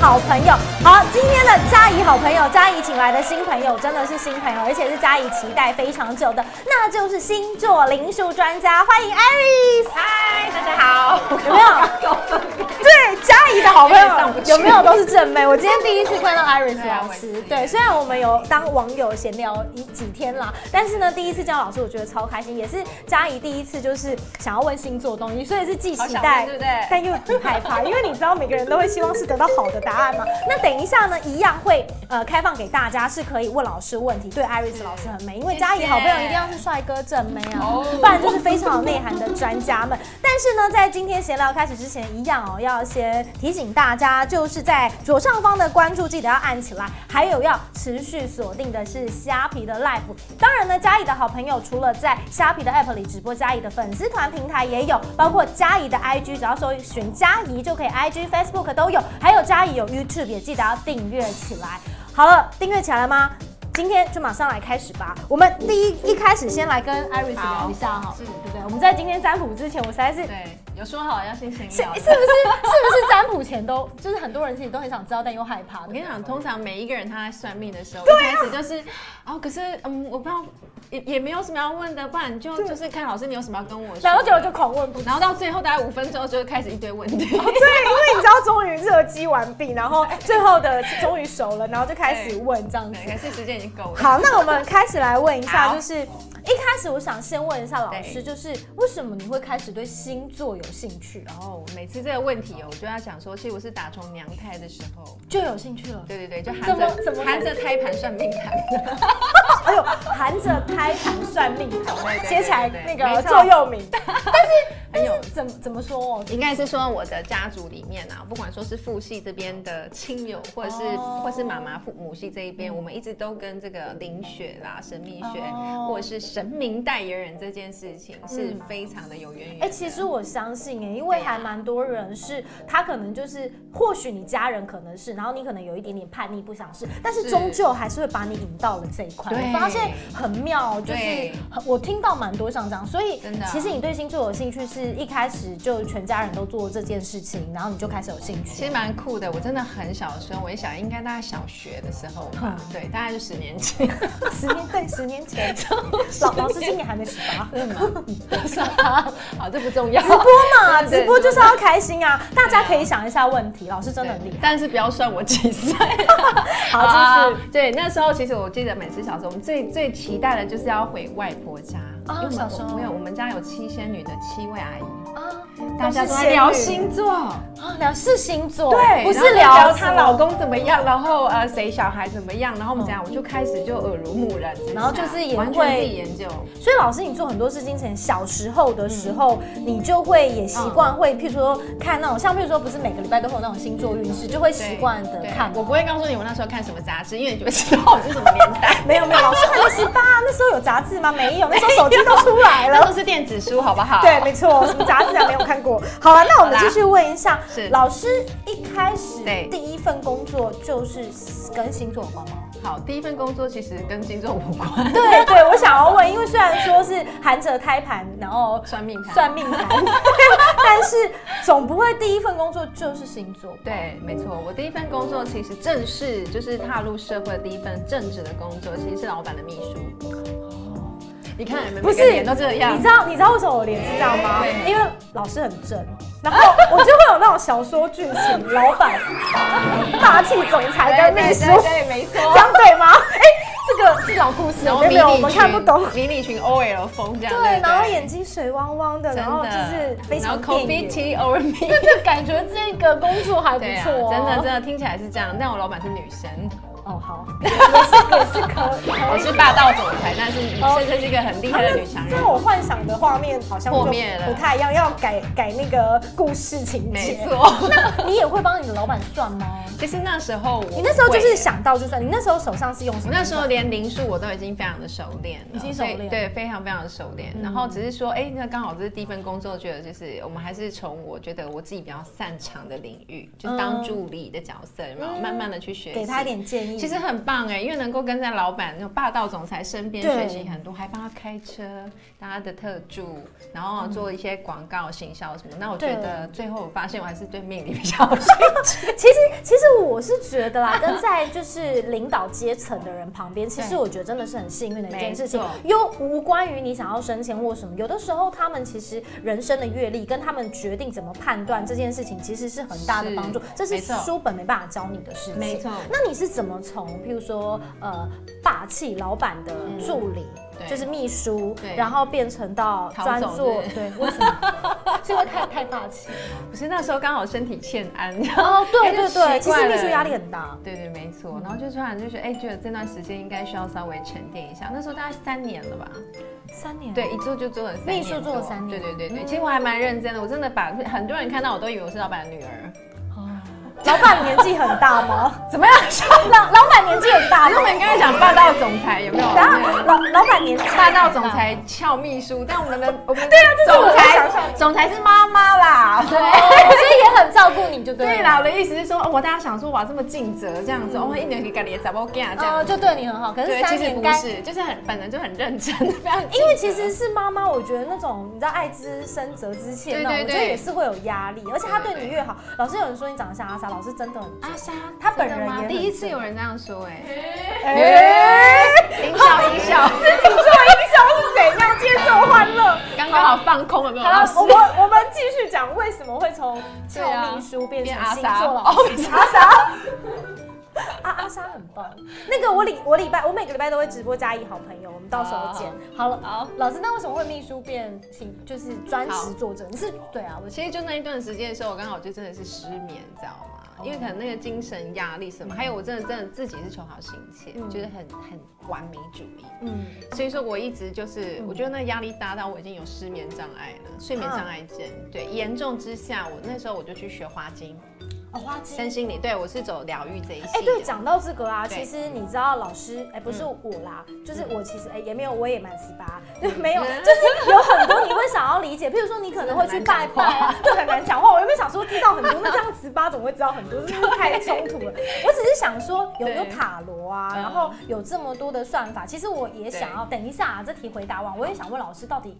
好朋友。好，今天的嘉怡好朋友，嘉怡请来的新朋友真的是新朋友，而且是嘉怡期待非常久的，那就是星座灵数专家，欢迎 Iris。嗨，大家好。有没有？高分辨对，嘉怡的好朋友有点上不去 有没有都是正妹？我今天第一次看到 Iris 对啊老我也师是，对，虽然我们有当网友闲聊一几天啦，但是呢，第一次见到老师，我觉得超开心，也是嘉怡第一次就是想要问星座的东西，所以是既期好想待，问对不对但又很害怕，因为你知道每个人都会希望是得到好的答案嘛。那等一下呢，一样会呃开放给大家，是可以问老师问题，对 Iris 老师很美，因为嘉怡好朋友一定要是帅哥正妹啊。哦不然就是非常有内涵的专家们。但是呢，在今天闲聊开始之前，一样哦，要先提醒大家，就是在左上方的关注记得要按起来，还有要持续锁定的是虾皮的 Live。当然呢，嘉怡的好朋友除了在虾皮的 App 里直播，嘉怡的粉丝团平台也有，包括嘉怡的 IG，只要搜寻嘉怡就可以，IG、Facebook 都有，还有嘉怡有 YouTube，也记得要订阅起来。好了，订阅起来了吗？今天就马上来开始吧。我们第一一开始先来跟 Iris 聊一下哈，是对不对？我们在今天占卜之前，我实在是。对，有说好要先闲是聊是不是的是。不是占卜前都就是很多人其实都很想知道，但又害怕。我跟你讲，通常每一个人他在算命的时候，一啊开始就是，哦，可是嗯，我不知道，也也没有什么要问的，不然你就就是看老师你有什么要跟我说。啊然后结果就狂问不然后到最后大概五分钟就开始一堆问题。对，因为你知道终于热机完毕，然后最后的终于熟了，然后就开始问这样子对，。可是时间已经够了。好，那我们开始来问一下，好就是一开始我想先问一下老师，对就是为什么你会开始对星座有兴趣啊？然后每次这个问题哦，我就要讲说，其实我是打从娘胎的时候，就有兴趣了。对对对，就怎含么怎么着含着胎盘算命盘的。 哎呦，含着胎盘算命盘，对写起来对那对个没错座右 铭，很有怎么怎么说哦？应该是说我的家族里面啊，不管说是父系这边的亲友，或者是、哦或是妈妈父母系这一边，我们一直都跟这个灵学啦、神秘学，哦或者是神明代言人这件事情是非常的有渊源的。哎、其实我相信哎、因为对啊还蛮多人是，他可能就是，或许你家人可能是，然后你可能有一点点叛逆，不想是，但是是终究还是会把你引到了这一块。对我发现很妙，就是对很我听到蛮多像这样，所以真的啊其实你对星座有兴趣，是一开始就全家人都做这件事情，然后你就开始有兴其趣。实蛮酷的，我真的很小的时候，我一想应该大概小学的时候吧，嗯对，大概就十年前， 十年对，十年前，老老师今年还没十八。对吗？好，这不重 要。直播 嘛，对对直播就是要开心啊！大家可以想一下问题，老师真的很厉害。但是不要算我几岁。 啊好，继续。对，那时候其实我记得每次小时候，我们最最期待的就是要回外婆家。哦因为我们小时候我没有，我们家有七仙女的七位阿姨，啊，大家是都在仙聊女星座，啊，聊是星座，对，不是然后聊聊她什么老。公怎么样，然后呃谁小孩怎么样，然后我们嗯这样，我就开始就耳濡目染之下，然后就是也完全会自己研究，所以老师，你做很多事情前，小时候的时候，你就会也习惯会，譬如说看那种，像譬如说，不是每个礼拜都会有那种星座运势，就会习惯的对看。我不会告诉你我那时候看什么杂志，因为你就会知道我是什么年 。代没有没有，老师还没十八，那时候有杂志吗？没有，那时候手机都出来那了。都是电子书，好不好？ 对，没错，什么杂志啊没有看过。好了，那我们好啦继续问一 下是，老师一开始对第一份工作就是跟星座有关吗？好，第一份工作其实跟星座无关，对对，我想要问，因为虽然说是含着胎盘，然 后算命盘，算命盘，但是总不会第一份工作就是星座吧。对，没错，我第一份工作其实正式就是踏入社会的第一份正职的工作，其实是老板的秘书。你看，每不个是脸都这样哎你知，道你知道为什么我脸是这样吗？对因为老师很正，然后我就会有那种小说剧情，老板、霸气总裁跟秘书，对对，没这错。样对吗？哎，这个是老故事，然后没有迷没有，我你们裙，看不懂。迷你裙 OL 风这样，对，不然后眼睛水汪汪的，真的然后就是非常然后 coffee 电影 tea over me。那这感觉这个工作还不对啊，错哦，真的真的听起来是这样，但我老板是女生，哦，好，也是也是可以我是霸道总裁，但是女哦生就是一个很厉害的女强这人样。我幻想的画面好像就破灭了不太一样，要改改那个故事情没节。错， 你也会帮你的老板算吗？其实那时候我你那时候就会是想到就算，你那时候手上是用什我么？那时候连零数我都已经非常的熟练了，已经熟练嗯所以对，非常非常的熟练。然后只是说，哎、那刚好这是第一份工作，觉得就是我们还是从我觉得我自己比较擅长的领域，就是当助理的角色，然后慢慢的去学嗯习。给他一点建议以。其实很棒哎，因为能够跟在老板那种霸道总裁身边对学习很多，还帮他开车，当他的特助，然后做一些广告、行销什么。那我觉嗯对得最后我发现我还是对命理比较有兴趣。其实，其实我是觉得 啦，跟在就是领导阶层的人旁边，其实对我觉得真的是很幸运的一件事情没错，又无关于你想要升迁或什么。有的时候，他们其实人生的阅历跟他们决定怎么判断这件事情，其实是很大的帮助是。这是没错书本没办法教你的事情。没错那你是怎么从，譬如说，呃，霸气老板的助理？嗯对就是秘书，对然后变成到逃专走做是不，是对，为什么？是因为太太霸 气了。不是那时候刚好身体欠安，然后哦，对哎就对习惯对，其实秘书了压力很大。对对没错，然后就突然就觉得，哎，觉得这段时间应该需要稍微沉淀一下。那时候大概三年了吧，三年，对，一做就做了三年秘书做了三年多对对对对。其实我还蛮认真的，我真的把很多人看到我都以为我是老板的女儿。老板年纪很大吗？怎么样？老老板年纪很大可是我吗？们刚才讲霸道总裁有没有？然后老老板年纪霸道总裁俏秘书，但我们的我们对啊这是我总想象裁总裁是妈妈哦，啦，所以也很照顾你就对了。对啦，我的意思是说，哦我大家想说哇这么尽责这样子，哦一年给干也咋不干这哦，样子？就对你很好。可是对，三其实年不该，是，就是很本人就很认真，非常因为其实是妈妈，我觉得那种你知道爱之深责之切那种，对对我觉得对也是会有压力。而且他对对对你越好，老师有人说你长得像阿莎，老师真的很。阿莎她本人真的吗也很第一次有人这样说哎，哎，音效音效，自己做营销是怎样？接受欢乐。刚刚好放空了没有？好老了师，我们我们继续讲为什么会从俏秘书变成变阿星莎座老师。阿莎，阿阿莎很棒。那个我礼我礼拜我每个礼拜都会直播加一好朋友，我们到时候见。好了，好。老师，那为什么会秘书变请就是专职作者？你是对啊，我其实就那一段时间的时候，我刚好就真的是失眠，你知道哦吗？因为可能那个精神压力什么，还有我真的真的自己是求好心切，嗯就是很很完美主义，嗯，所以说我一直就是嗯我觉得那压力大到我已经有失眠障碍了，睡眠障碍症，对，严重之下，我那时候我就去学花精、哦，花枝。身心灵，对我是走疗愈这一哎、系对，的。讲到这个啊，对嗯其实你知道老师，哎、不是我啦，就是我其实哎、也没有，我也满十八，就没嗯有，就是有很多你会想要理解，譬如说你可能会去拜拜啊，就很难讲话。我原本想说知道很多，那这样十八怎么会知道很多？是不是太冲突了？我只是想说有对有塔罗啊，嗯然后有这么多的算法，其实我也想要等一下啊，这题回答完，我也想问老师到底。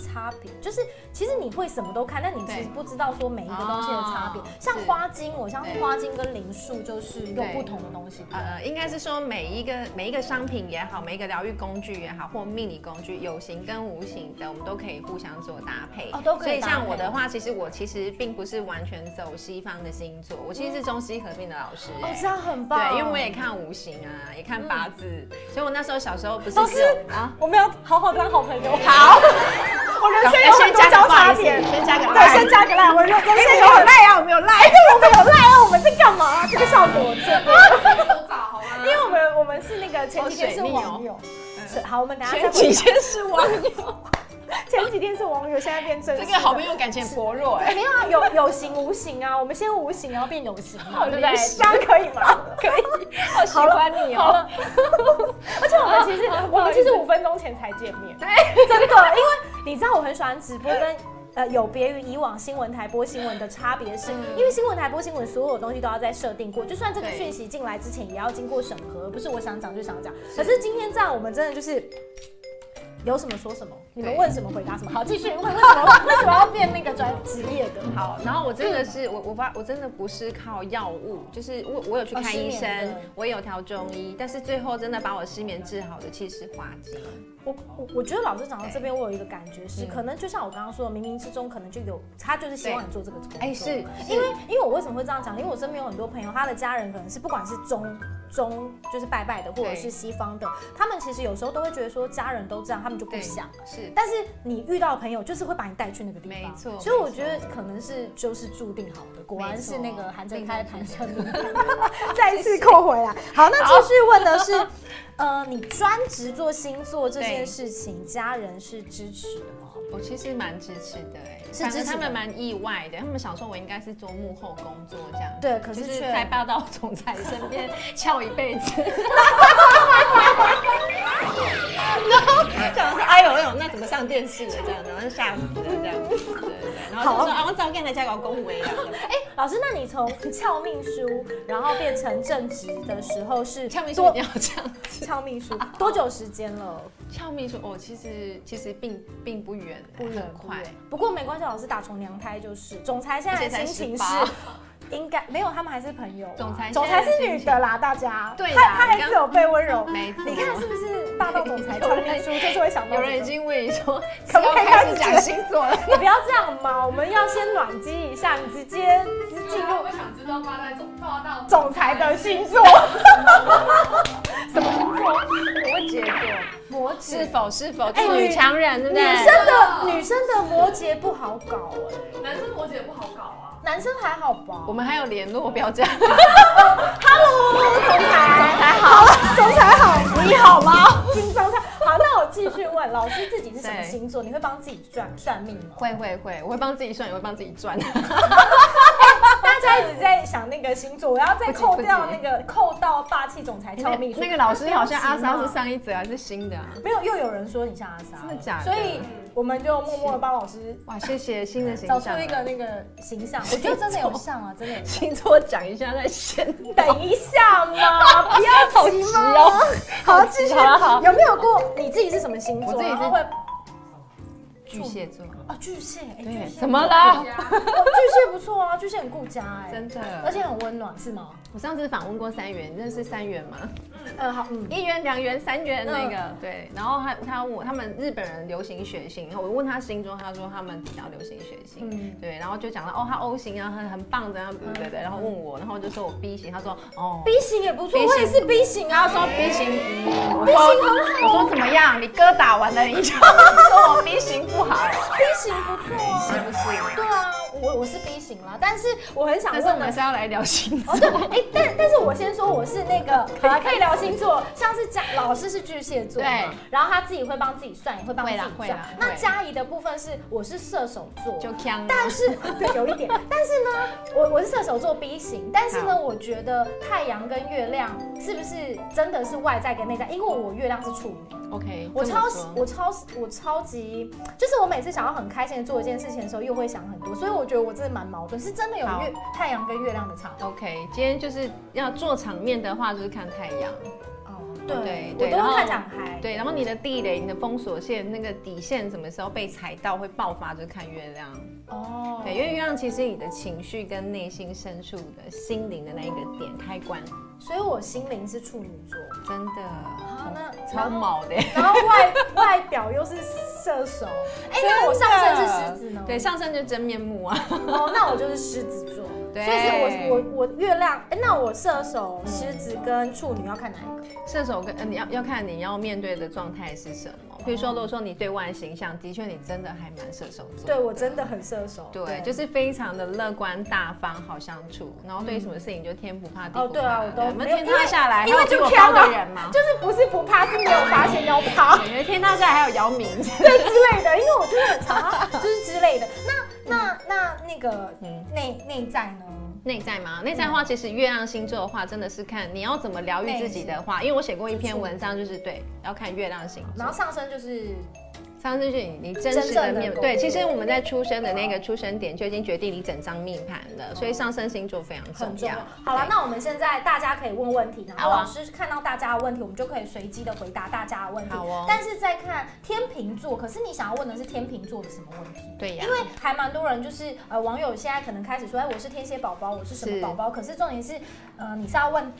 差别就是，其实你会什么都看，但你其实对不知道说每一个东西的差别哦。像是花精，我相信对花精跟灵术就是有对不同的东西。呃，应该是说每一个每一个商品也好，每一个疗愈工具也好，或命理工具，有形跟无形的，我们都可以互相做搭配。哦都可以所以搭配像我的话，其实我其实并不是完全走西方的星座，我其实是中西合并的老师、哦哎，这样很棒。对，因为我也看五行啊，也看八字，所以我那时候小时候不嗯是老师只有啊，我们要好好当好朋友。好，我人哎生有很多交叉点不。好意思先哎加个对，先加个赖，我人人生有很赖啊，我们有赖，我们有赖啊，我们在干嘛、这个效 果真的，因为我们我们是那个前几天是网哦友，是好，我们等一下 再嗯前回几答天是网友，前几天是网友，现在变真实这的。个好朋友感情很薄弱哎、没有啊，有有形无形啊，我们先无形，然后变有形嘛，好对不对？临时这样可以吗？ 可 以，好喜欢你好哦、了， 而且我们 其实好好啊不我好们意其思实五分钟前才见面，对，真的，因为你知道我很喜欢直播跟。呃，有别于以往新闻台播新闻的差别是，因为新闻台播新闻，所有东西都要在设定过，就算这个嗯对讯息进来之前，也要经过审核，不是我想讲就想讲。可是今天这样，我们真的就是有什么说什么，你们对问什么回答什么。好，继续，为为什么为什么要变那个专职业的？好，然后我真的是我我发我真的不是靠药物，就是我我有去哦看失医眠生的，我也有调中医，但是最后真的把我失眠治好的其实是花精。我我我觉得老师讲到这边，我有一个感觉嗯是，可能就像我刚刚说的，冥冥之中可能就有他就是希望你做这个工作。哎是因为因为我为什么会这样讲？因为我身边有很多朋友，他的家人可能是不管是中中就是拜拜的，或者对是西方的，他们其实有时候都会觉得说家人都这样，他们就不对想。是但是你遇到的朋友就是会把你带去那个地方，没错所以我觉得可能是就是注定好的，果然是那没个错韩正开的盘算命盘， 再一次扣回来。好，那继续问的是， 呃，你专职做星座这件事情，家人是支持的吗？我其实蛮支持的、哎，是反正支持他的们蛮意外的，他们想说我应该是做幕后工作这样子，对可是就却是在霸道总裁身边 翘一辈子，然后想说哎呦哎呦，那怎么上电视了这样，然后就吓死了这样，对对对，然后就好说啊我早跟人家搞恭维了，哎、老师，那你从俏秘书，然后变成正职的时候是俏秘书一多定要这样子。俏秘书多久时间了？俏秘书哦，其实其实并并不远，很快。。不过没关系，老师打从娘胎就是。总裁现在的而且才心情是18，应该没有，他们还是朋友啊。总裁总裁现在的是女心的情啦，大家。对他啦他还你是刚有被温 柔。没错你看是不是霸道 总裁俏秘书就是会想到有这个人已经为你说，可可不不可以开开始始讲星座了？你不要这样嘛，我们要先暖机一下，你直接进入我想知道霸在总霸道总裁的星 座。什么星座？摩羯座摩羯。是否是否哎处女女强人，对不女对？生的女生的摩羯不好搞哎、男生摩羯不好搞 啊，男生还好吧？我们还有联络，不要这样。 Hello，总裁，总裁好，总裁好，你好吗？金总裁，好，那我继续问老师，自己是什么对星座？你会帮自己算算命吗？会会会，我会帮自己算，也会帮自己赚。大家一直在想那个星座，我要再不急扣掉不那急个扣到霸气总裁俏秘书那个老师好像阿不骚行是啊上一则还是新的啊？没有，又有人说你像阿莎了，真的假的所以我们就默默的帮老师哇，谢谢新的形找象。出一个那个形象，我觉得真的有像啊，真的有像。星座讲一下再先。等一下嘛，不要好急哦！好继续好啊好啊有没有过你自己是什么星座？我自己是然后会巨蟹座，啊巨蟹，哎巨对，蟹怎么啦？哦巨蟹不错啊，巨蟹很顾家哎、真的，而且很温暖，是吗？我上次访问过三元，你认识三元吗？嗯，好，嗯，一元、两元、三元那嗯个，对。然后他他问我，他们日本人流行血型，然后我问他星座，他说他们比较流行血型，嗯对。然后就讲到哦，他 O 型啊，很很棒的啊，对对对。然后问我，然后我就说我 B 型，他说哦 B 型也不错， B 型我也是 B 型啊，他说说 B 型，嗯 我 B 说型很好我说怎么样？你哥打完了，你就说我 B 型不好， B 型不错是啊，不是？对啊，我我是 B 型啦，但是我很想问但是我们还的是要来聊星哦座。对， 哎，但但是我先说我是那个，好了，可以聊星座，像是家老师是巨蟹座嘛，对然后他自己会帮自己算，也会帮自己会啦会算啦。那会嘉怡的部分是我是射手座，就呛，啊但是 对有一点，但是呢，我我是射手座 B 型，但是呢，好我觉得太阳跟月亮是不是真的是外在跟内在？因为我月亮是处女， OK，我这超么喜说我超我超级，就是我每次想要很开心的做一件事情的时候，又会想很多，所以我觉得我真的蛮矛盾，是真的有好月太阳跟月亮的差别。 OK，今天就是要做场面的话，就是看太阳。哦，对对，我对都然会后看起来很嗨。对，然后你的地雷、你的封锁线、那个底线什么时候被踩到会爆发，就是看月亮。哦，对，因为月亮其实你的情绪跟内心深处的心灵的那一个点开关，所以我心灵是处女座，真的啊那超毛的。然后外 外表又是射手，哎，那我上身是狮子呢？对，上升就真面目啊。 哦，那我就是狮子座，所对以是我我我月亮，哎、那我射手、狮子跟处女要看哪一个？射手跟、呃、你要要看你要面对的状态是什么。比如说，如果说你对外形象，的确你真的还蛮射手座的。对我真的很射手，对，就是非常的乐观大方，好相处，然后对什么事情就天不怕地哦，不怕。对啊，我都我们没有天塌下来，因为还有比就我飘高了的人嘛，就是不是不怕，是没有发现要怕因为天塌下来还有姚 明。对之类的，因为我真的很常啊就是之类的。那那那那个嗯内内在呢？内在吗？内在的话，其实月亮星座的话，真的是看你要怎么疗愈自己的嗯话，因为我写过一篇文章，就是对，要看月亮星然座后。上升就是上次是你你真实的面对，其实我们在出生的那个出生点就已经决定你整张命盘了，所以上升星座非常很重重要要。。好了，对那我们现在大家可以问问题，然后好啊老师看到大家的问题，我们就可以随机的回答大家的问题。好哦但是再看天秤座，可是你想要问的是天秤座的什么问题？对呀因为还蛮多人就是呃，网友现在可能开始说，哎，我是天蝎宝宝，我是什么是宝宝？可是重点是，呃，你是要问。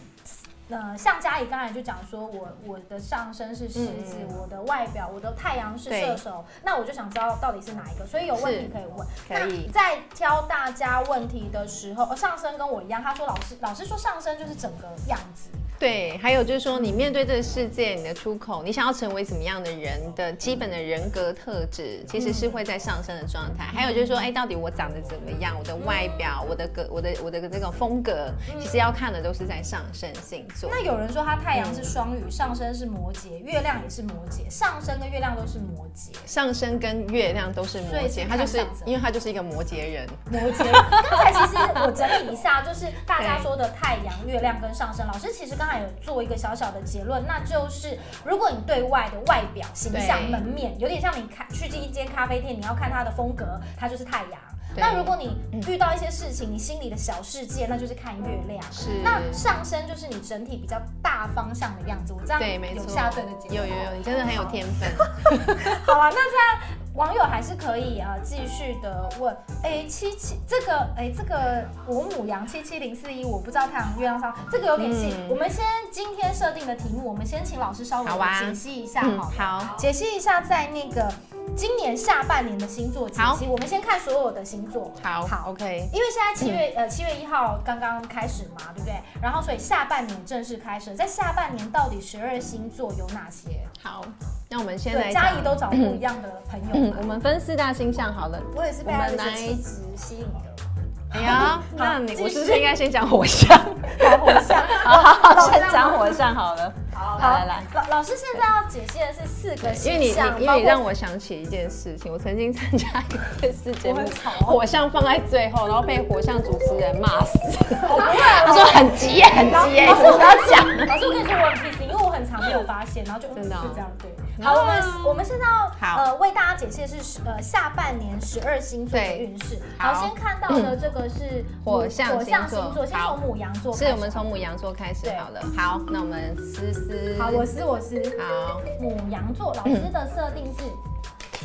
呃，像嘉怡刚才就讲说，我我的上身是狮子，嗯嗯我的外表，我的太阳是对射手，那我就想知道到底是哪一个，所以有问题是可以问。可以那在挑大家问题的时候，哦上身跟我一样，他说老师老师说上身就是整个样子，对，还有就是说，你面对这个世界，你的出口，你想要成为什么样的人你的基本的人格特质，其实是会在上升的状嗯态。还有就是说，哎，到底我长得怎么样？我的外表，我的嗯格，我的我的这个风格，其实要看的都是在上升星座。那有人说他太阳嗯是双鱼，上升是摩羯，月亮也是摩羯，上升跟月亮都是摩羯。上升跟月亮都是摩所以是羯，他就是看上升因为他就是一个摩羯人，摩羯，刚才其实我整理一下，就是大家说的太阳、月亮跟上升。老师其实刚才有做一个小小的结论，那就是如果你对外的外表、形象、对门面，有点像你看去进一间咖啡店，你要看它的风格，它就是太阳。对那如果你遇到一些事情，你心里的小世界，那就是看月亮。是那上升就是你整体比较大方向的样子，我这样对，没有错，下对的结果。有有有，你真的很有天 分。好了，那这样网友还是可以呃继续的问，哎、七七这个哎、这个我母羊七七零四一，我不知道太阳月亮上这个有点细、嗯我们先今天设定的题目，我们先请老师稍微好啊解析一下嗯，好，好，解析一下在那个今年下半年的星座解析。我们先看所有的星座，好，好，OK，因为现在七嗯月、呃七月一号刚刚开始嘛，对不对？然后所以下半年正式开始，在下半年到底十二星座有哪些？好，那我们先对，来嘉讲 怡都找不一样的朋友嗯 嘛。我们分四大星象好了。我也是被他的一我们些来气质吸引的。 哎呀，那你继我是不续是应该先讲火象？ 好，火象。 好好好，先火象讲火象好了。好来来来。老老师现在要解析的是四个因为你形象，你因为你让我我想起一件事情，我曾经参加一个电视节我目很吵，火象放在最后，然后被火象主持人骂死。不会啊他说很急耶，很急耶，老什师么时我候讲？要讲，老师我跟你说我很 peace，因为我很常没有发现，然后就嗯真的哦就这样对。嗯好，我们我们现在要好呃为大家解析的是十呃下半年十二星座的对运势。好嗯好，先看到的这个是火母象火象星座星座，先好从母羊座开是始。我们从母羊座开始对好了。好，那我们思思，好，我是我是好，母羊座，老师的设定是嗯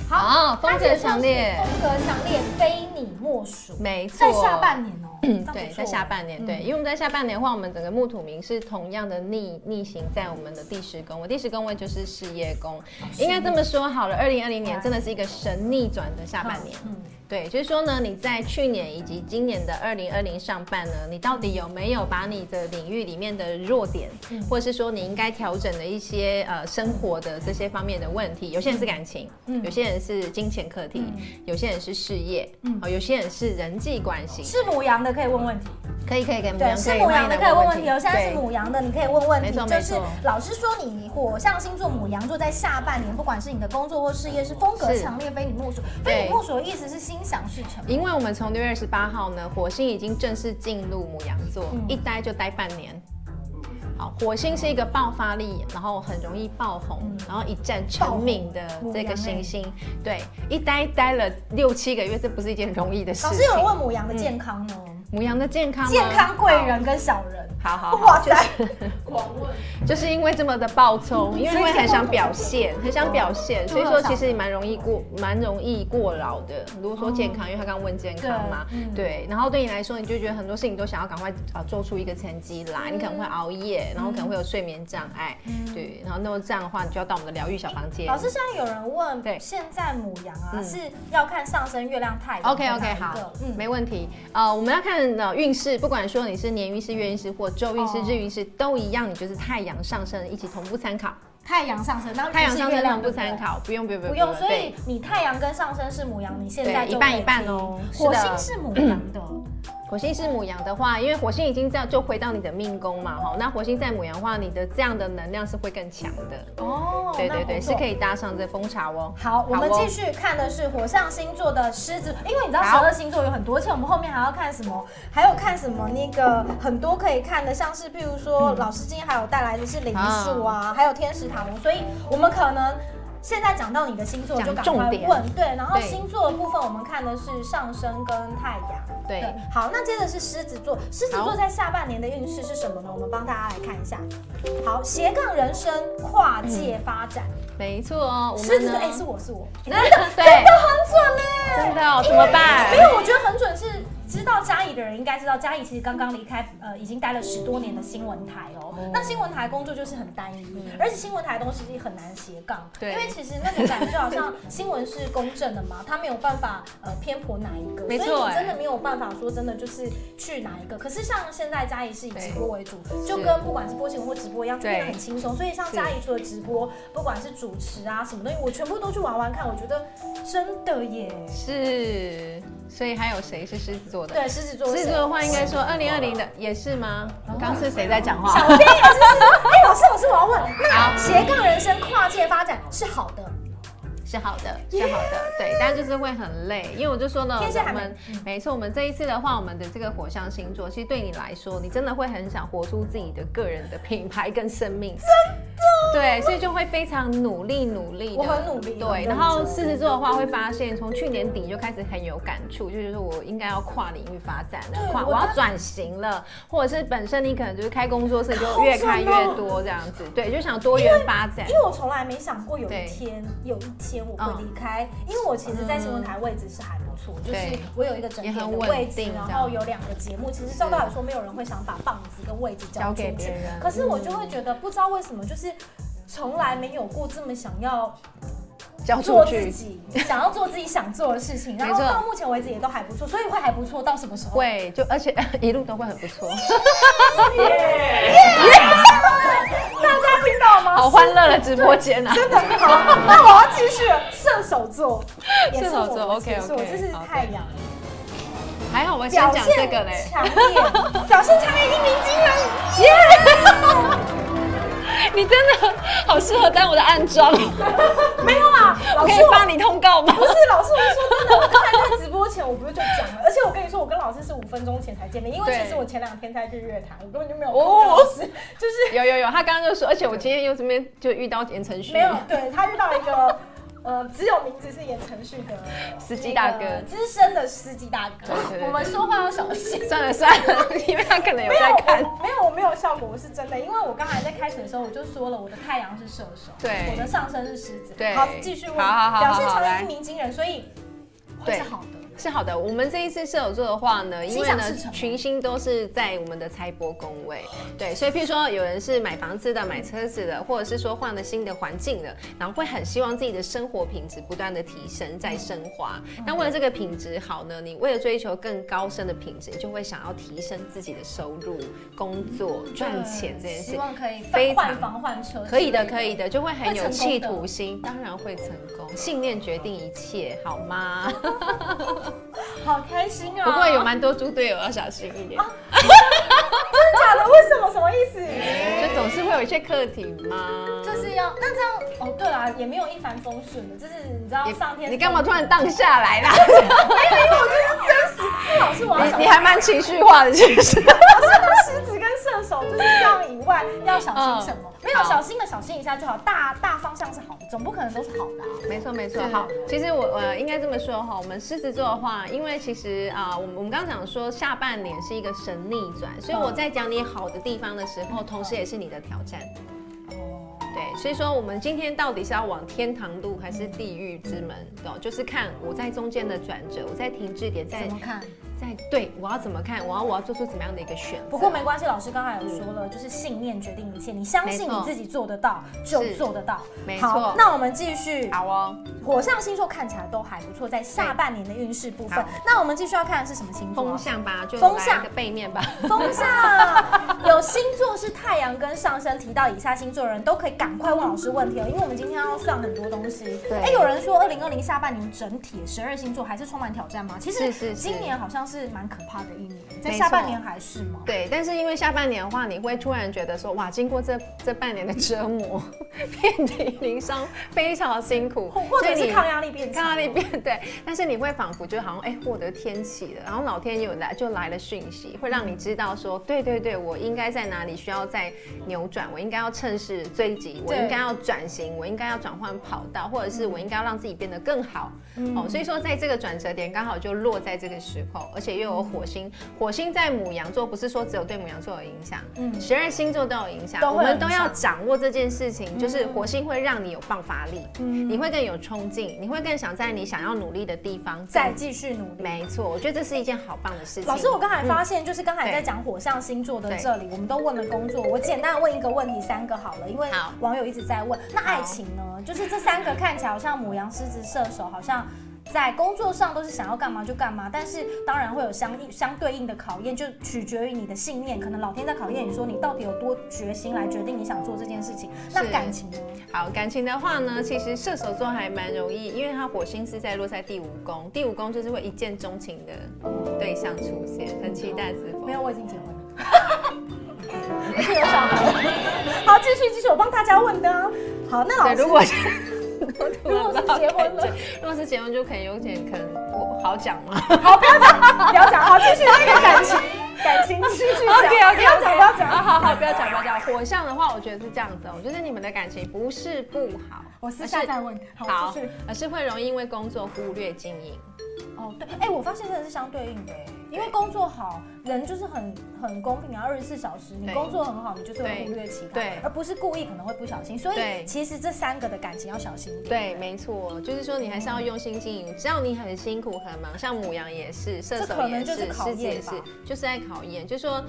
好，它风格强烈，风格强烈，非你莫属。没错，嗯在下半年哦、这样不对，错嗯在下半年，对，因为我们在下半年的话，我们整个木土明是同样的逆逆行在我们的第十宫，我第十宫位就是事业宫，哦应该这么说好了。二零二零年真的是一个神逆转的下半年，嗯，对，就是说呢，你在去年以及今年的二零二零上半呢，你到底有没有把你的领域里面的弱点，嗯或者是说你应该调整的一些呃生活的这些方面的问题？有些人是感情，嗯有些人是金钱课题，嗯有些人是事业，嗯哦，有些人是人际关系。是母羊的可以问问题，可以可以可以，对，是母羊的可以问问题。哦，现在是母羊的，你可以问问题。没错就没是错老师说你火象星座母羊座在下半年，不管是你的工作或事业，是风格是强烈，非你莫属。对非你莫属的意思是心想事成。因为我们从六月二十八号呢，火星已经正式进入母羊座，嗯一待就待半年。好，火星是一个爆发力，然后很容易爆红，嗯然后一战成名的红这个母羊欸行星，对，一待待了六七个月，这不是一件容易的事老情。师有人问母羊的健康呢？母羊的健康吗，健康贵人跟小人，好，好好好，哇塞，狂问，就是因为这么的暴冲，因为会很想表现，很哦想表现，所以说其实蛮容易过，蛮容易过劳的。如果说健康，因为他刚刚问健康嘛对嗯，对，然后对你来说，你就觉得很多事情都想要赶快啊做出一个成绩来，嗯你可能会熬夜，然后可能会有睡眠障碍，对，然后那么这样的话，你就要到我们的疗愈小房间老。师，现在有人问，对现在母羊啊嗯是要看上升月亮太阳 OK OK 哪一个好，嗯，没问题。呃，我们要看的运势，不管说你是年运势、月运势或周运势、哦日运势，都一样，你就是太阳上升一起同步参考。太阳上升，然 后太阳上月升亮同步参。考，不用不用不对不对不用用，所对以你太阳跟上升是母羊，你现在对就一半可以一半哦听是火的星是母羊的，火星是母羊的话，因为火星已经这样就回到你的命宫嘛，哈，那火星在母羊的话，你的这样的能量是会更强的。哦，对对对，是可以。以搭上这蜂巢哦。好，我们哦继续看的是火象星座的狮子，因为你知道十好二星座有很多，而且我们后面还要看什么，还有看什么那个很多可以看的，像是譬如说老师今天还有带来的是灵数啊，还有天使塔罗，所以我们可能。现在讲到你的星座，讲就赶快重点问对，然后对星座的部分我们看的是上升跟太阳。对，好，那接着是狮子座，狮子座好在下半年的运势是什么呢？我们帮大家来看一下。好，斜杠人生，跨界发展。没错哦，我狮们子座，呢哎、，是我是我， 真的 对，很准嘞、真的哦怎么办没？有，我觉得很准是。知道嘉义的人应该知道，嘉义其实刚刚离开呃，已经待了十多年的新闻台哦。那新闻台工作就是很单一，而且新闻台的东西很难斜杠。嗯对因为其实那种感觉就好像新闻是公正的嘛，他没有办法呃偏颇哪一个，没错所以你真的哎没有办法说真的就是去哪一个。可是像现在嘉义是以对直播为主，就是跟不管是播新闻或直播一样，就变得对很轻松。所以像嘉义除了直播，不管是主持啊什么东西，我全部都去玩玩看，我觉得真的耶。是，所以还有谁是狮子座的？对，狮子座哦是狮子谁，座的话，应该说二零二零的也是吗？刚是谁在讲话？小编也是狮子座。哎，老师，老师，我要问，那好斜杠人生跨界发展是好的？是好的，是好的，对，但就是会很累，因为我就说呢，天蝎还我没嗯们没错，我们这一次的话，我们的这个火象星座，其实对你来说，你真的会很想活出自己的个人的品牌跟生命，真的，对，所以就会非常努力努力的。我很努力对，然后狮子座的话会发现，从去年底就开始很有感触，就觉得我应该要跨领域发展了，跨我我要真的转型了，或者是本身你可能就是开工作室就越开越多这样子，对，就想多元发展因。为我从来没想过有一对嗯天，有一天我会离开，因为我其实，在新闻台位置是还不错，就是对我有一个整也点的很稳位置定，然这后样有两个节目。其实照道理说，没有人会想把棒子跟位置交交出给去别人，嗯可是我就会觉得，不知道为什么，就是从来没有过这么想要交做出自去己，想要做自己想做的事情，然哦没后错到目前为止也都还不错，所以会还不错。到什么时候？会，就 而且一路都会很不错，大家听到 吗？好欢乐的直播间啊！真的好，那我要继续了。射手座，也是射手座我的星 OK，OK，座这是好太阳，还好我先表讲现这个嘞，强烈，表现强烈，一鸣惊人。耶！你真的好适合当我的暗装，我没有啦，老可师以我。发你通告吗不？是老师，我说真的，我刚才在直播前我不是就讲了，而且我跟你说，我跟老师是五分钟前才见面，因为对其实我前两天在日月潭，我根本就没有空跟老师，就是有有有，他刚刚就说，而且我今天又这边就遇到言承旭，没有，对他遇到一个。呃，只有名字是言承旭的司机大哥那个资深的司机大哥对对，对我们说话要小心。算了算了，因为他可能有没有在看。我没有，我没有效果，我是真的，因为我刚才在开始的时候我就说了，我的太阳是射手，对我的上升是狮子，对好，继续问，好好好表现好好强烈来一鸣惊人，所以会对是好的，是好的，我们这一次射手座的话呢，因为呢心想事成群星都是在我们的财帛宫位，对，所以譬如说有人是买房子的、买车子的，或者是说换了新的环境的，然后会很希望自己的生活品质不断的提升、再升华。嗯那为了这个品质好呢，你为了追求更高深的品质，你就会想要提升自己的收入、工作、赚钱这件事希。望可以非常换房换车，可以的，可以。的，就会很有会成功的企图心，当然会成功。信念决定一切，好吗？啊好开心 啊！不过有蛮多猪队友，要小心一点。真的假的？为什么？什么意思？ 就总是会有一些课题吗？就是要那这样哦，对啦，也没有一帆风顺的，就是你知道也上天你干嘛突然荡下来 啦？老师我要小你心你，还蛮情绪化的，其实。老师那狮子跟射手就是这样以外，要小心什么？嗯没有好小心的小心一下就好，大大方向是好的，总不可能都是好的啊。 没错没错，好，其实我呃应该这么说哈，我们狮子座的话，因为其实啊、我们我们刚刚讲说下半年是一个神逆转，所以我在讲你好的地方的时候，同时也是你的挑战。对，所以说我们今天到底是要往天堂路还是地狱之门？对哦，就是看我在中间的转折，我在停滞点，在怎么看？在对我要怎么看，我要我要做出怎么样的一个选择？不过没关系，老师刚才有说了，就是信念决定一切，你相信没你错自己做得到就是做得到。没错好，那我们继续。好哦。火象星座看起来都还不错，在下半年的运势部分好，那我们继续要看的是什么星座风啊？向吧，就风来向一个背面 吧。风象有星座是太阳跟上升，提到以下星座的人都可以赶快问老师问题哦，因为我们今天要算很多东西。对哎，有人说二零二零下半年整体十二星座还是充满挑战吗？其是实是是今年好像是蛮可怕的一年，在没下半错年还是吗？对，但是因为下半年的话，你会突然觉得说，哇，经过这这半年的折磨， 遍体鳞伤，非常辛苦，或或者所以是你抗压力变强看。到那边 对，但是你会仿佛就好像哎获得天启了，然后老天有来就来了讯息，会让你知道说，对对对，我应该在哪里需要再扭转，我应该要趁势追击，我对应该要转型，我应该要转换跑道，或者是我应该要让自己变得更好。嗯哦，所以说在这个转折点刚好就落在这个时候，而且又有火星，火星在母羊座，不是说只有对母羊座有影响，嗯嗯，十二星座都有影响，都会有我们影都响要掌握这件事情，就是火星会让你有爆发力，嗯你会更有冲劲，你会更想在你想要努力的地方再更。继续努力。没错，我觉得这是一件好棒的事情。嗯老师，我刚才发现，就是刚才对在讲火象星座的这里，我们都问了工作，我简单地问一个问题，三个好了，因为好网友一直在问。那爱情呢？就是这三个看起来好像母羊、狮子、射手，好像。在工作上都是想要干嘛就干嘛，但是当然会有相应相对应的考验，就取决于你的信念。可能老天在考验你说你到底有多决心来决定你想做这件事情。那是感情呢？好，感情的话呢，其实射手座还蛮容易，因为它火星是在落在第五宫，第五宫就是会一见钟情的对象出现，很期待是否没？有，我已经结婚了，而且有小孩。好，继续继续，我帮大家问的啊。好，那老对，师，如果 是如果是结婚 了，如果是结婚就可能有点可能我好讲吗？ 好，不要讲，不要讲，好，继续那个感情，感情继续讲 OK，OK，OK 不要讲，不要讲。 好好好，不要讲不要讲。火象的话，我觉得是这样子哦，我觉得你们的感情不是不好，我私下再问。啊而是好继续，而是会容易因为工作忽略经营。哦，对，哎、我发现真的是相对应的耶，因为工作好，人就是很很公平啊，二十四小时，你对工作很好，你就是会对忽略其他，对而不是故意可能会不小心。所以对其实这三个的感情要小心一点。对，没错，就是说你还是要用心经营。只要你很辛苦、很忙，像母羊也是，射这手可能也就是是，考狮子也验是吧，就是在考验。就是说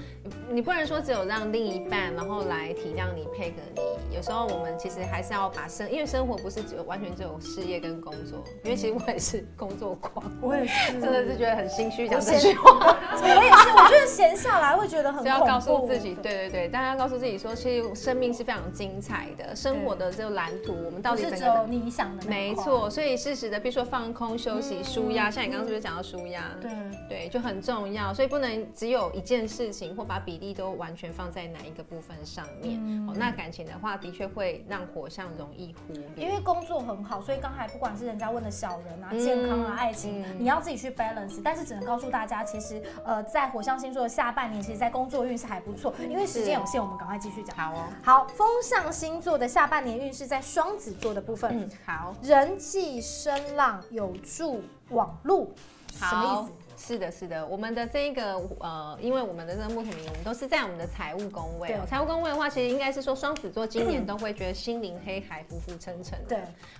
你不能说只有让另一半，然后来体谅你、配合你。有时候我们其实还是要把生，因为生活不是只有完全只有事业跟工作。因为其实我也是工作狂，我也是，真的是觉得很心虚讲嗯我这先句话。嗯我也是，我觉得闲下来会觉得很就要告恐诉怖自己，对对对，大家要告诉自己说，其实生命是非常精彩的，生活的这个蓝图，我们到不底是整只个有你想的那一没块。错，所以适时的，比如说放空、休息、舒压，像你刚刚是不是讲到舒压？嗯对，对，就很重要，所以不能只有一件事情或把比例都完全放在哪一个部分上面。嗯哦，那感情的话，的确会让火象容易忽因略。为工作很好，所以刚才不管是人家问的小人啊、健康啊、爱情，嗯你要自己去 balance。但是只能告诉大家，其实呃，在火象星座的下半年，其实在工作运势还不错。因为时间有限，我们赶快继续讲。好哦，好，风象星座的下半年运势在双子座的部分，嗯，好，人际声浪有助网路，什么意好思？，是的，是的，我们的这一个呃，因为我们的这个木土明，我们都是在我们的财务宫位哦。对财务宫位的话，其实应该是说双子座今年都会觉得心灵黑海浮浮沉沉。对，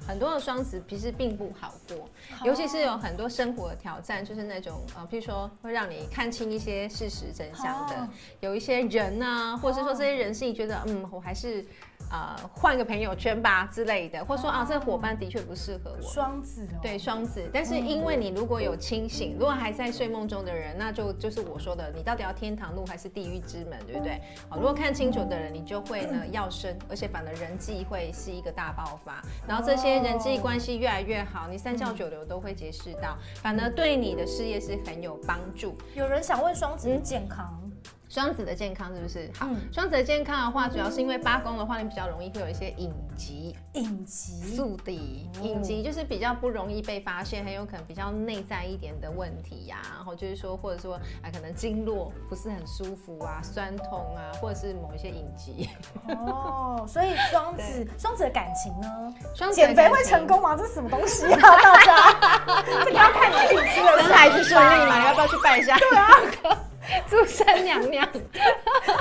很多的双子其实并不好过，尤其是有很多生活的挑战，就是那种呃，譬如说会让你看清一些事实真相的，哦有一些人呢、或者是说这些人是你觉得嗯，我还是呃换个朋友圈吧之类的，或者说啊，这个伙伴的确不适合我。双子哦，啊对双子，但是因为你如果有清醒，如果还在睡梦中的人，那就就是我说的，你到底要天堂路还是地狱之门，对不对？好，嗯如果看清楚的人，你就会呢要生，而且反而人际会是一个大爆发，然后这些人际关系越来越好，你三教九流都会结识到，嗯反而对你的事业是很有帮助。有人想问双子的健康，双子的健康是不是好嗯？双、子的健康的话，主要是因为八宫的话，你比较容易会有一些隐疾。隐疾宿敌，哦隐疾就是比较不容易被发现，很有可能比较内在一点的问题呀、然后就是说，或者说啊、可能经络不是很舒服啊，酸痛啊，或者是某一些隐 疾。哦，所以双子双子的感情呢？双子的减肥会感情成，功吗？这是什么东西啊，大家？ 这个要看你自己吃了生孩子顺利嘛？你要不要去拜一下？对啊， 祝生娘 娘。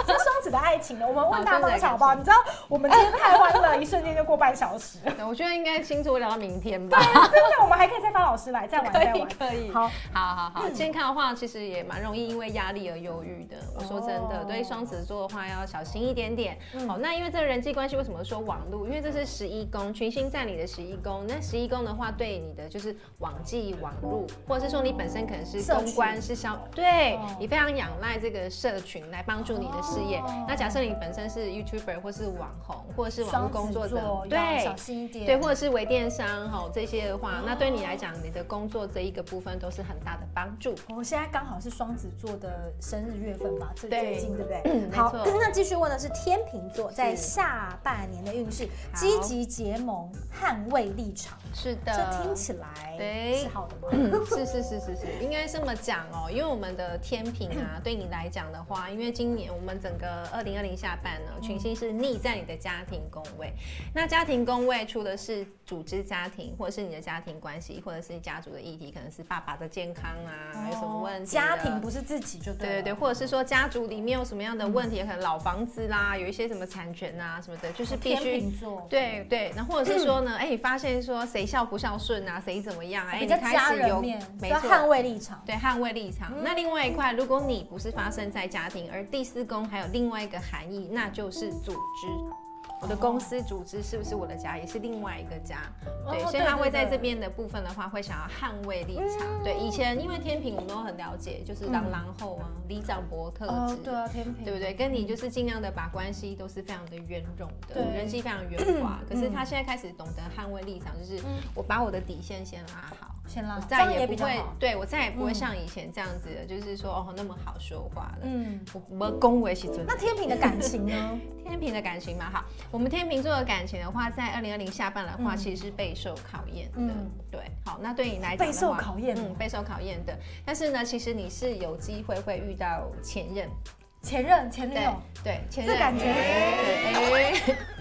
这双子的爱情呢？我们问好大方向好不好？双你知道我们今天太欢乐，一瞬间就过半小 时。对我觉得应该清楚聊到明天 吧。 真的，我们还可以再发老师来，再玩可再以玩。可以，好，嗯好好好，健康的话其实也蛮容易因为压力而忧郁的。我说真哦嗯的，对双子座的话要小心一点点。好，那因为这个人际关系为什么说网络？因为这是十一宫，群星在你的十一宫，那十一宫的话对你的就是网际网络，或者是说你本身可能是社群公关是消，对哦你非常仰赖这个社群来帮助你的事业哦。那假设你本身是 YouTuber 或是网红，或者是网络双工作子者座，要对小。心一点。对，或者是微电商哈、吼这些的话，那对你来讲，你的工作这一个部分都是很大的帮助。我现在刚好是双子座的生日月份吧，最对最近对不嗯对？没好，错 那继续问的是天秤座在下半年的运势，积极结盟，捍卫立场，是这听起来对是好的吗？ 嗯是是是是是，应该这么讲哦，因为我们的天平啊，对你来讲的话，因为今年我们整个二零二零下半呢，群星是逆在你的家庭宫位。那家庭宫位除了是组织家庭，或者是你的家庭关系，或者是家族的议题，可能是爸爸的健康啊，有什么问题？哦家庭。不是自己就对对对对，了。或者是说家族里面有什么样的问嗯题，可能老房子啦，有一些什么产权啊什么的，就是必天须秤座，对对，那或者是说呢，哎、你发现说谁孝不孝顺啊，谁怎么样啊，哎、比你较开家始人有面，没要捍错。卫立场。对，捍卫立场。那另外一块，如果你不是发生在家庭，而第四宫还有另外一个含义，那就是组织。我的公司组织是不是我的家，也是另外一个家？对，哦所以他对对会在对这边的部分的话，会想要捍卫立场。对，以前因为天平我们都很了解，就是郎朗后啊，里长伯特质，嗯对啊，天秤，哦对不对？跟你就是尽量的把关系都是非常的圆融的对，嗯人际非常圆滑。可是他现在开始懂得捍卫立场，就是我把我的底线先拉好。先拉我，这再样也也比不较会好。， 对我再也不嗯会像以前这样子的，就是说哦那么好说话了。嗯，我我恭维其尊。那天平的感情呢？天平的感情嘛，好，我们天平座的感情的话，在二零二零下半的话，嗯其实是备受考验的。嗯对，好，那对你来讲的话备受考验嗯，备受考验的。但是呢，其实你是有机会会遇到前任，前任、前女对友，对，前这任感觉哎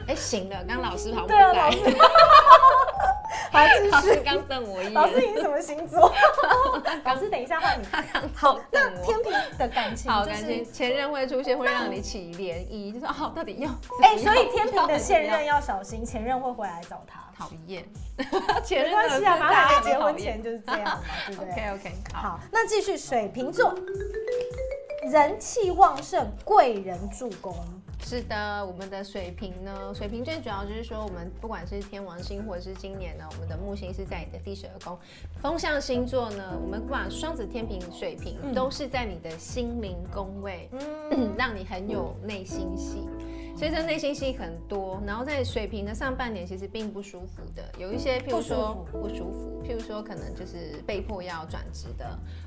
哎 行了，刚老师好像不对啊，老 在，师，好，继老续师。刚瞪我一 老师，眼，你是什么星座？老师，等一下换你。好那瞪我。天平的感情好，就感是觉，前任会出现，会让你起涟漪，就说哦，到底要哎，怎么所以样天平的现任要要小心，前任会回来找他。 讨厌， 前没任关系啊，反正还没结婚前就是这 样嘛，对不对？ OK OK 好，好，那继续水瓶座，人气旺盛，贵人助攻。是的，我们的水瓶呢，水瓶最主要就是说，我们不管是天王星或者是今年呢，我们的木星是在你的第十二宫，风象星座呢，我们不管双子、天平、水瓶，嗯都是在你的心灵宫位， 让你很有内心戏。所以这内心戏很多，然后在水瓶的上半年其实并不舒服的，有一些譬如说不舒服，譬如说可能就是被迫要转职的，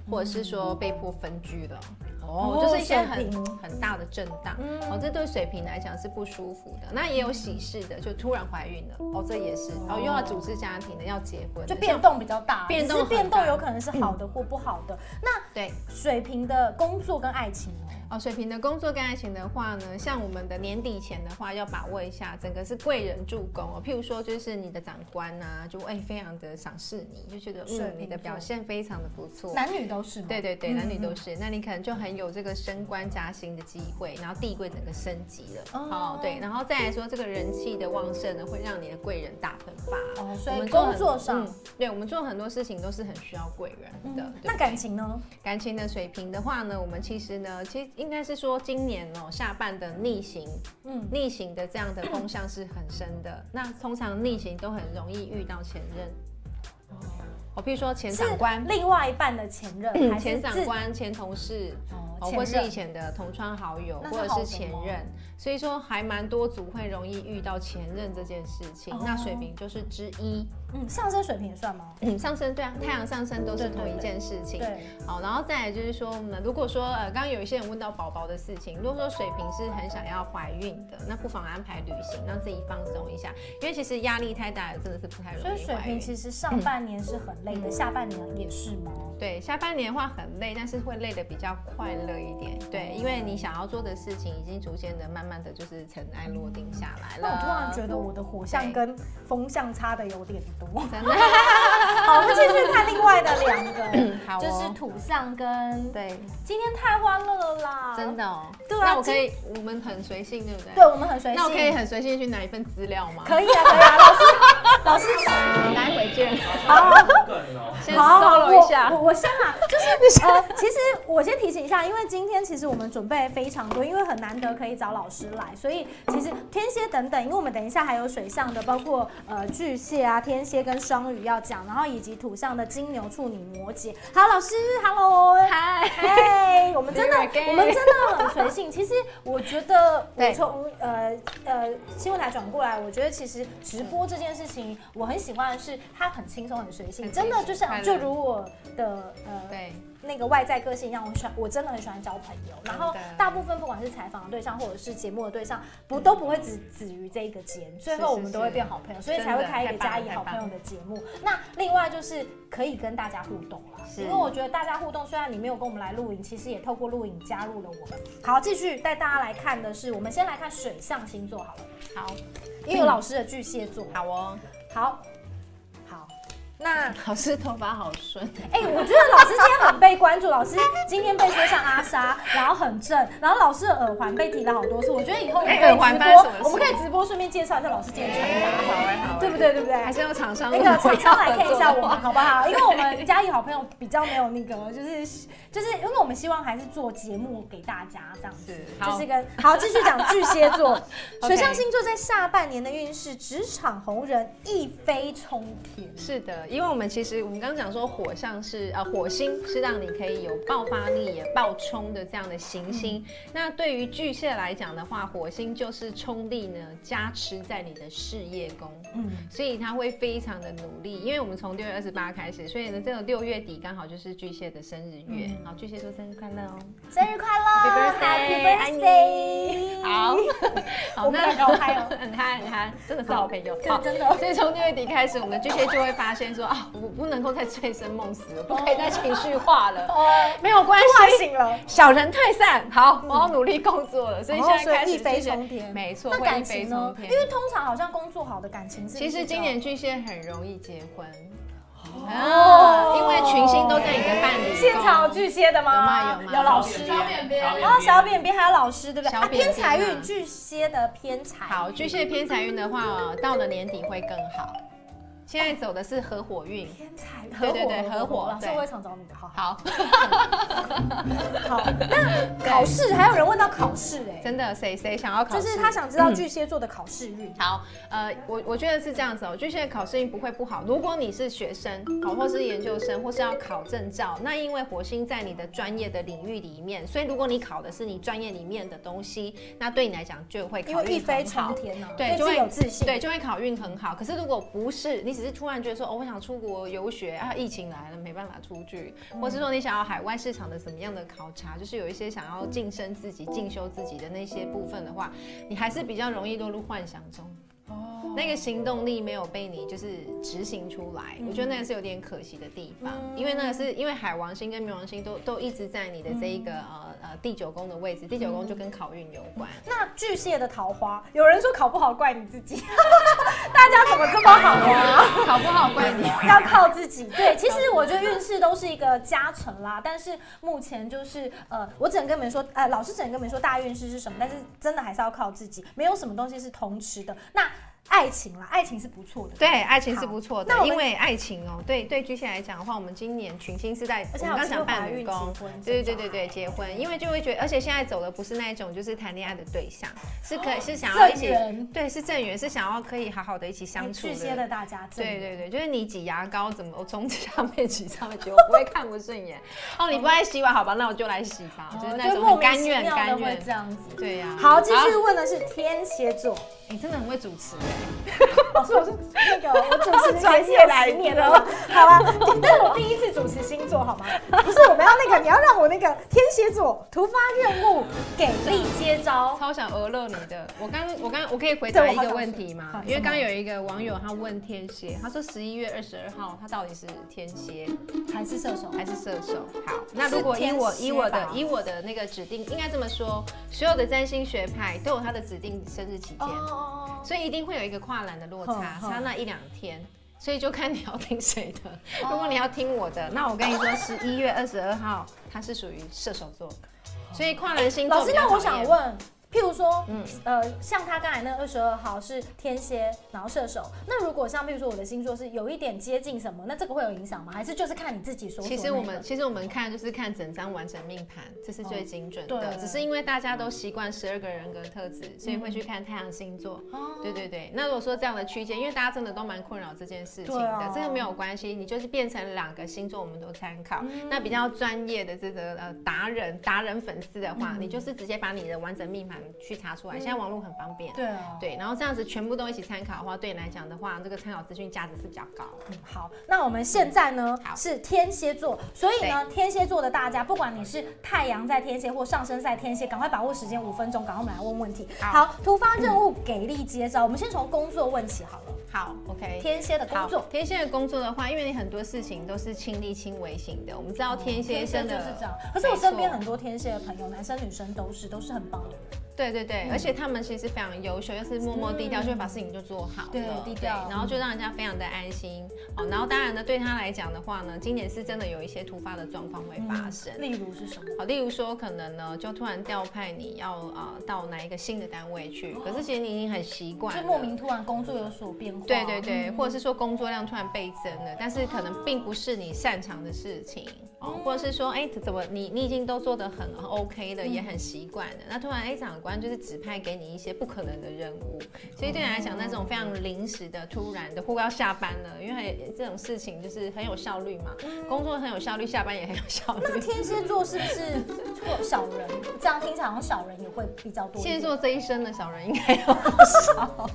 或者是说被迫分居了，哦，就是一些水很瓶很大的震荡，嗯哦，这对水瓶来讲是不舒服的。那也有喜事的，就突然怀孕了，哦，这也是，哦，又要组织家庭的，要结婚的，就变动比较大，变动只是变很大嗯动有可能是好的或不好的。那像对。水瓶的工作跟爱情呢？哦，水瓶的工作跟爱情的话呢，像我们的年底前的话，要把握一下，整个是贵人助攻哦。譬如说，就是你的长官啊，就哎、非常的赏识你，就觉得水瓶嗯你的座表现非常的不错。男女都是吗？对对对，嗯男女都是，那你可能就很有这个升官加薪的机会，然后地位整个升级了。哦哦，对，然后再来说这个人气的旺盛呢，会让你的贵人大喷发。哦，所我以们做工很作上，嗯对我们做很多事情都是很需要贵人的。嗯对那感情呢？感情的水平的话呢，我们其实呢，其实应该是说今年哦下半的逆行，嗯，逆行的这样的风向是很深的。那通常逆行都很容易遇到前任，哦，譬如说前长官、另外一半的前任，还是嗯前长自官、前同事。哦哦，或是以任前的同窗好友，那是或者好是的前吗任，所以说还蛮多组会容易遇到前任这件事情。哦那水瓶就是之一，嗯上升水平也算吗？上升对啊，太阳上升都是对对同一对件事情。嗯对，好，然后再来就是说，我们如果说呃，刚刚有一些人问到宝宝的事情，如果说水瓶是很想要怀孕的，那不妨安排旅行，让自己放松一下，因为其实压力太大了，真的是不太容所以易水怀瓶孕。其实上半年是很累的，嗯下半年也是吗？对，下半年的话很累，但是会累得比较快乐一点。对，因为你想要做的事情已经逐渐的、慢慢的就是尘埃落定下来了。那我突然觉得我的火象对跟风象差的有点 多。真的好，我们继续看另外的 两个，嗯好、哦，就是土象跟对，今天太欢乐了啦，真。的哦。对啊那我可以，我们很随性，对不对？对，。我们很随性。那我可以很随性地去拿一份资料吗？可以啊，可以啊，老师，老师，待会见。好。先好， solo 一下我。我我先 啊，就是呃，其实我先提醒一下，因为今天其实我们准备非常多，因为很难得可以找老师来，所以其实天蝎等等，因为我们等一下还有水象的，包括呃巨蟹啊、天蝎跟双鱼要讲，然后以及土象的金牛、处女、摩羯。好，老师，Hello，嗨，嗨，我们真的 There again，我们真的很随性。其实我觉得，我对从呃呃新闻台转过来，我觉得其实直播这件事情，我很喜欢的是它很轻松、很随性，很真的随性就是快乐就如我的呃对，那个外在个性一样，我喜欢，我真的很喜欢交朋友。然后真的大部分不管是采访的对象或者是节目的对象，不都不会只止于这一个节，最后是我们都会变好朋友，所以真才的会开一个太棒了加以好太棒朋了友的节目。那另外就是可以跟大家互动啦，是因为我觉得大家互动，虽然你没有跟我们来录影，其实也透过录影加入了我们。嗯好，继续带大家来看的是，我们先来看水象星座好了，好，因嗯为有老师的巨蟹座。好哦。好，好，那。老师头发好顺，哎、我觉得老师今天很被关注，老师今天被说像阿莎，然后很正，然后老师的耳环被提了好多次。我觉得以后我们可哎以耳环直发生什播么，事我们可以直播顺便介绍一下老师今天穿搭，好哎，好对不？对？对不对？还是用厂商那个厂商来看看一下我们好不好？因为我们嘉义好朋友比较没有那个，就是就是因为我们希望还是做节目给大家这样子是，这好是一个好。继续讲巨蟹 座， OK 水象星座在下半年的运势，职场红人一飞冲天。是的，因为我们其实我们刚刚讲说火象是呃火星是让你可以有爆发力也爆冲的这样的行星。那对于巨蟹来讲的话，火星就是冲力呢加持在你的事业宫，嗯，所以他会非常的努力。因为我们从六月二十八开始，所以呢这个六月底刚好就是巨蟹的生日月，好，巨蟹座生日快乐哦！生日快乐嗯 Happy birthday， ，Happy birthday！好 好，我们两个好嗨哦很嗨很嗨，真的是好朋友。对好，真的所以从六月底开始，我们的巨蟹就会发现说啊，我不能够再醉生梦死了，不可以再情绪化了。 哦，没有关唤系，醒了。小人退散。好，我要努力工作了，所以嗯哦现在所以开始一飞巨蟹冲天没错，那会一感飞情冲呢？天因。为通常好像工作好的感情是不是其实今年比巨蟹很容易结婚较啊，因为群星都在你的伴侣宫哦现场有巨蟹的吗？有吗有吗有老师，小扁边，然后小扁扁还有老师，对不对？小啊，扁偏扁啊财运，巨蟹的偏财。好，巨蟹偏财运的话哦，到了年底会更好。现在走的是合伙运，偏财运，对对对合伙老师对我也常找你的，好好好，好。那考试还有人问到考试哎，真的谁谁想要考就试？嗯是他想知道巨蟹座的考试运。好，呃，我我觉得是这样子哦，巨蟹考试运不会不好。如果你是学生，好，或是研究生，或是要考证照，那因为火星在你的专业的领域里面，所以如果你考的是你专业里面的东西，那对你来讲就会因考为虑一飞很好冲。天呢，对，就就会会有自信。对，就会考运很好。可是如果不是，你只是突然觉得说，哦，我想出国游学啊，疫情来了没办法出去，嗯或是说你想要海外市场的怎么样的考察，就是有一些想要晋升自己、进修自己的那些部分的话，你还是比较容易落入幻想中。哦那个行动力没有被你就是执行出来，嗯我觉得那个是有点可惜的地方，嗯因为那个是因为海王星跟冥王星都都一直在你的这一个、呃呃第九宫的位置，第九宫就跟考运有关。那巨蟹的桃花，有人说考不好怪你自己， 大家怎么这么好啊？考不好怪你。要靠自己。对，其实我觉得运势都是一个加成啦，但是目前就是呃，我只能跟你们说，呃，老师只能跟你们说大运势是什么，但是真的还是要靠自己，没有什么东西是通吃的。那爱情啦，爱情是不错的。对，爱情是不错的那我，们因为爱情哦、对对，巨蟹来讲的话，我们今年群星是在，而我且们还有刚讲机会怀伴孕、侣结宫婚，，对对对对，对，结婚，因为就会觉得，而且现在走的不是那一种就是谈恋爱的对象，是可是想要一哦正起，缘，哎对，是正缘，是想要可以好好的一起相处巨蟹的。的大家，正对缘对对，就是你挤牙膏怎么我从上面挤上面挤，我不会看不顺眼。哦，你不爱洗碗，好吧，那我就来洗吧，就是哦那就种莫很名甘其愿妙的甘会愿这。样子。对呀、好，继续问的是天蝎座，你真的很会主持。老师，我是那个我主 持专专业业来来的年了，好啊吧？啊但是我第一次主持星座，好吗？ 不是，我们要那个，你要让我那个天蝎座突发任务，给力接招。超想讹乐你的。我刚我刚我可以回答对一我好个想问题吗好？因为什么刚刚有一个网友他问天蝎，他说十一月二十二号他到底是天蝎还是射手？还是射手？好，那如果以我是天蝎吧以我的以我的那个指定，应该这么说，所有的占星学派都有他的指定生日期间，哦，所以一定会有一个跨栏的落差，哼哼差那一两天。所以就看你要听谁的。哦如果你要听我的，那我跟你说，十一月二十二号他是属于射手座，所以跨栏星座老师，比较那我讨厌想问。譬如说，嗯呃，像他刚才那二十二号是天蝎，然后射手。那如果像譬如说我的星座是有一点接近什么，那这个会有影响吗？还是就是看你自己所属的其那个？实哦我们其实我们看就是看整张完整命盘，这是最精准的。对嗯只是因为大家都习惯十二个人格特质，所以会去看太阳星座。哦对对对，那如果说这样的区间，因为大家真的都蛮困扰这件事情对的，啊这个没有关系，你就是变成两个星座我们都参考。嗯那比较专业的这个呃达人达人粉丝的话，你嗯就是直接把你的完整命盘去查出来，现在网络很方便。对啊，对，然后这样子全部都一起参考的话，对你来讲的话，这个参考资讯价值是比较高。嗯好，那我们现在呢好是天蝎座，所以呢，天蝎座的大家，不管你是太阳在天蝎或上升在天蝎，赶快把握时间五分钟，赶快我们来问问题。好好，突发任务给力接招，我们先从工作问起好了。好，OK。天蝎的工好，作，天蝎的工作的话，因为你很多事情都是亲力亲为型的，我们知道天蝎哦蝎真就的、是这样。可是我身边很多天蝎的朋友，男生女生都是，都是很棒的人。对对嗯对，而且他们其实非常优秀，又是默默低调，就会把事情就做好了，对低调然后就让人家非常的安心。哦，然后当然呢，对他来讲的话呢，今年是真的有一些突发的状况会发生。例如是什么？好，例如说，可能呢，就突然调派你要呃到哪一个新的单位去，可是其实你已经很习惯了，哦就莫名突然工作有所变化。对对对，或者是说工作量突然倍增了，但是可能并不是你擅长的事情哦，或者是说，哎，怎么你你已经都做得很很 OK 了，也很习惯了，那突然哎长官就是指派给你一些不可能的任务，所以对你来讲，那种非常临时的、突然的，或要下班了，因为这种事情就是很有效率嘛，工作很有效率，下班也很有效那率。 天蝎座是不是或小人？这样听起来好像小人也会比较多一现点。在做这一生的小人应该要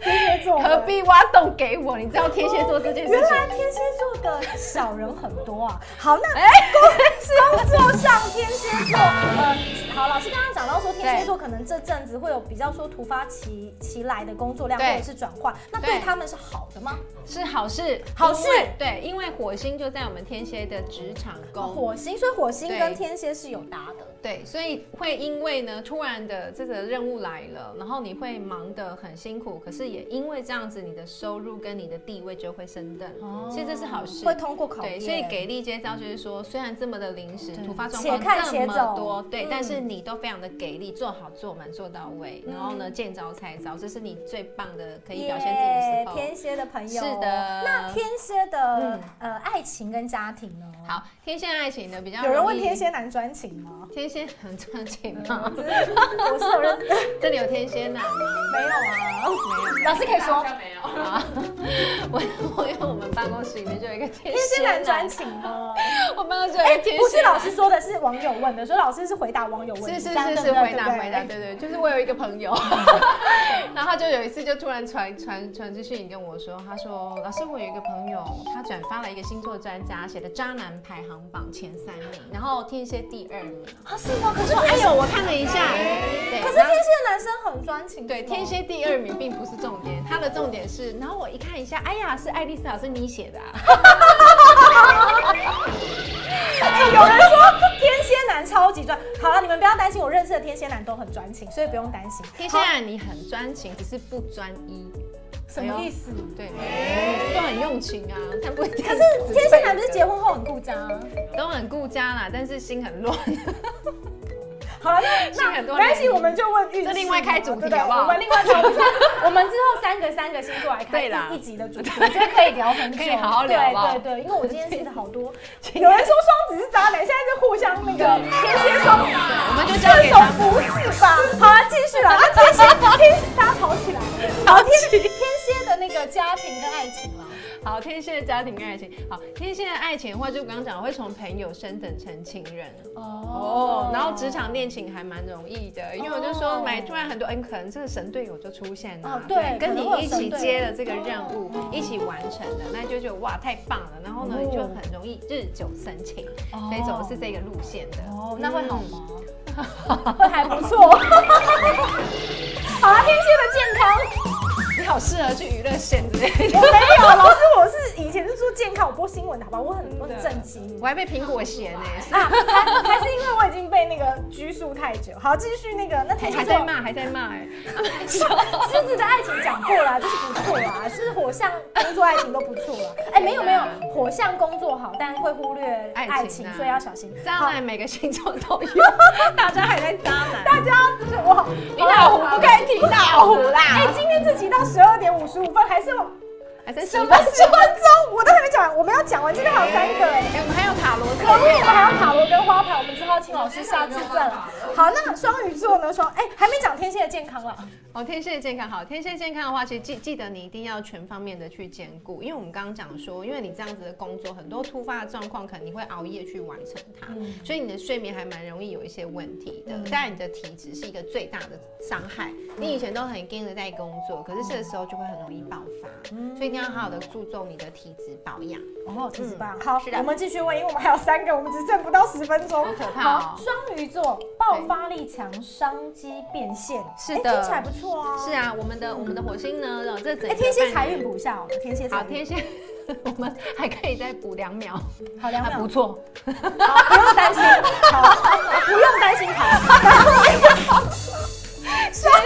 天蝎座何必挖洞给我？你知道天蝎座这件事原情。来天蝎座的哎 小人很多啊。好，那工、工作上天蝎座，呃，好，老师刚刚讲到说，天蝎座可能这阵子会有比较说突发奇奇来的工作量对或者是转换，那对对他们是好的吗？是好事，好事因为对，因为火星就在我们天蝎的职场宫，火星，所以火星对跟天蝎是有搭的。对，所以会因为呢突然的这个任务来了，然后你会忙得很辛苦，可是也因为这样子，你的收入跟你的地位就会升等，其实这是好事哦会。通过考验。对，所以给力接招就是说，虽然这么的临时、对突发状且看况且这么走多，对嗯，但是你都非常的给力，做好做满做到位，然后呢见招拆招，这是你最棒的可以表现自己的时耶候。天蝎的朋友，是的那天蝎的嗯呃爱情跟家庭呢？，好，天蝎爱情呢比较有人容问易天蝎男专情吗？天蝎很专情吗？我是有认这里有天蝎男吗？没有啊， 没有。老师可以好说像没有。啊，我我因为我们办公室里面就有一个天天蝎男专男，情吗？我办公室有一个天蝎男，不是老师说的，是网友问的，所以老师是回答网友问题，是这是样是对是不对回答对不回答，对对，就是我有一个朋友，然后他就有一次就突然传传传资讯跟我说，他说老师我有一个朋友，他转发了一个星座专家写的渣男排行榜前三名，然后天蝎第二名，啊，是吗？可是哎哎呦我看了一下，对，可是天然后蝎男生很专情，对，是吗天。蝎第二名并不是重点，他的重点是， 然后我一看一下，哎呀，是爱丽丝老师你写的啊，哎有人说天蝎男超级专，好了，你们不要担心，我认识的天蝎男都很专情，所以不用担心。天蝎男你很专情，只是不专一，哎什么意思？哎对，就很用情啊，但不一定。可是天蝎男不是结婚后很顾家、啊？都很顾家啦，但是心很乱。好了，那是 很没多关原系，因我们就问运势嘛，这另外开主题对对好不好我们另外开主题，我们之后三个三个星座来开对啦一一集的主题，我觉得可以聊 很久，可以 好好聊好不好对对对，因为我今天其实好 多，有人说双子是渣男，现在是互相那个天蝎双子，我们就交这给种他们。不是吧？好了，继续了，啊，天 蝎天蝎大家吵起来了，好天天蝎的那个家庭跟爱情了，好，天蝎的家庭跟爱情，好，天蝎的爱情的话，就刚刚讲会从朋友升等成情人哦，然后职场恋情还蛮容易的，因为我就哦说买突然很多，嗯，可能这个神队友就出现了、啊哦对可跟能你会有一神起队友接了这个任务，一起完成的，那就觉得哇太棒了，然后呢、哦就很容易日久生情，所以走的是这个路线的。嗯哦，那会好吗？ 会还不错。好了，天蝎的健康。你好适合去娱乐线之类我的。没有，老师，我是以前是做健康，我播新闻的，好吧，我很我很震惊。我还被苹果嫌呢、啊，还还是因为我已经被那个拘束太久。好，继续那个，那天还蝎哎还座在骂，还在骂哎、狮子的爱情讲过了，就是不错啦，是火象工作爱情都不错啦。哎，没有没有，火象工作好，但会忽略啊爱情爱情，啊所以要小心。渣好男每个星座都有，大家还在渣 男。大家就是我好，你老虎不可以提老虎啦哎，今天这集到十二点五十五分，还是我 还在什十么分十分钟，我都还没讲完，我们要讲完，今天还有三个哎。哎，我们还有塔罗可恶，我牌，们还有塔罗跟花牌，我们之后请老师下次再来。好，那双鱼座呢？双哎、还没讲天蝎的健康了。哦，天蝎健康好，天蝎健康的话，其实记记得你一定要全方面的去兼顾，因为我们刚刚讲说，因为你这样子的工作，很多突发的状况，可能你会熬夜去完成它，所以你的睡眠还蛮容易有一些问题的。当然，你的体质是一个最大的伤害。你以前都很盯着在工作，可是这个时候就会很容易爆发，所以一定要好好的注重你的体质保养。哦，这是棒。好是，的我们继续问，因为我们还有三个，我们只剩不到十分钟。好可怕哦好双鱼座爆发力强，商机变现。是哎的听起来不错啊。是啊，我们的我们的火星呢，哦这整哎、个天蝎半财年运补一下好了，天蝎财好，运天蝎， 我们还可以再补两秒，好两还秒不，错。好不用担心，好，不用担心，好。今天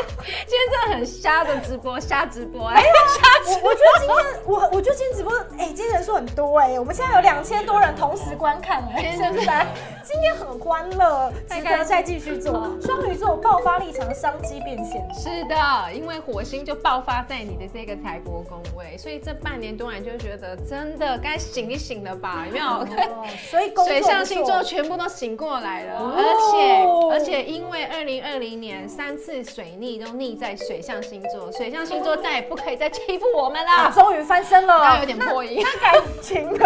今天真的很瞎的直播，瞎直播哎、瞎直我我觉得今天我我觉得今天直播，哎、今天人数很多哎、我们现在有两千多人同时观看哎、嗯天现在今天很欢乐，值太开得心再继续做。双鱼座爆发力强，商机变现。是的，因为火星就爆发在你的这个财帛宫位，所以这半年多来就觉得真的该醒一醒了吧？有没有？ 哦，所以工作水不错象星座全部都醒过来了，哦而且而且因为二零二零年三次水逆都逆在水象星座，水象星座再也不可以再欺负我们啊了。终于翻身刚了刚。有点破音。那感情呢？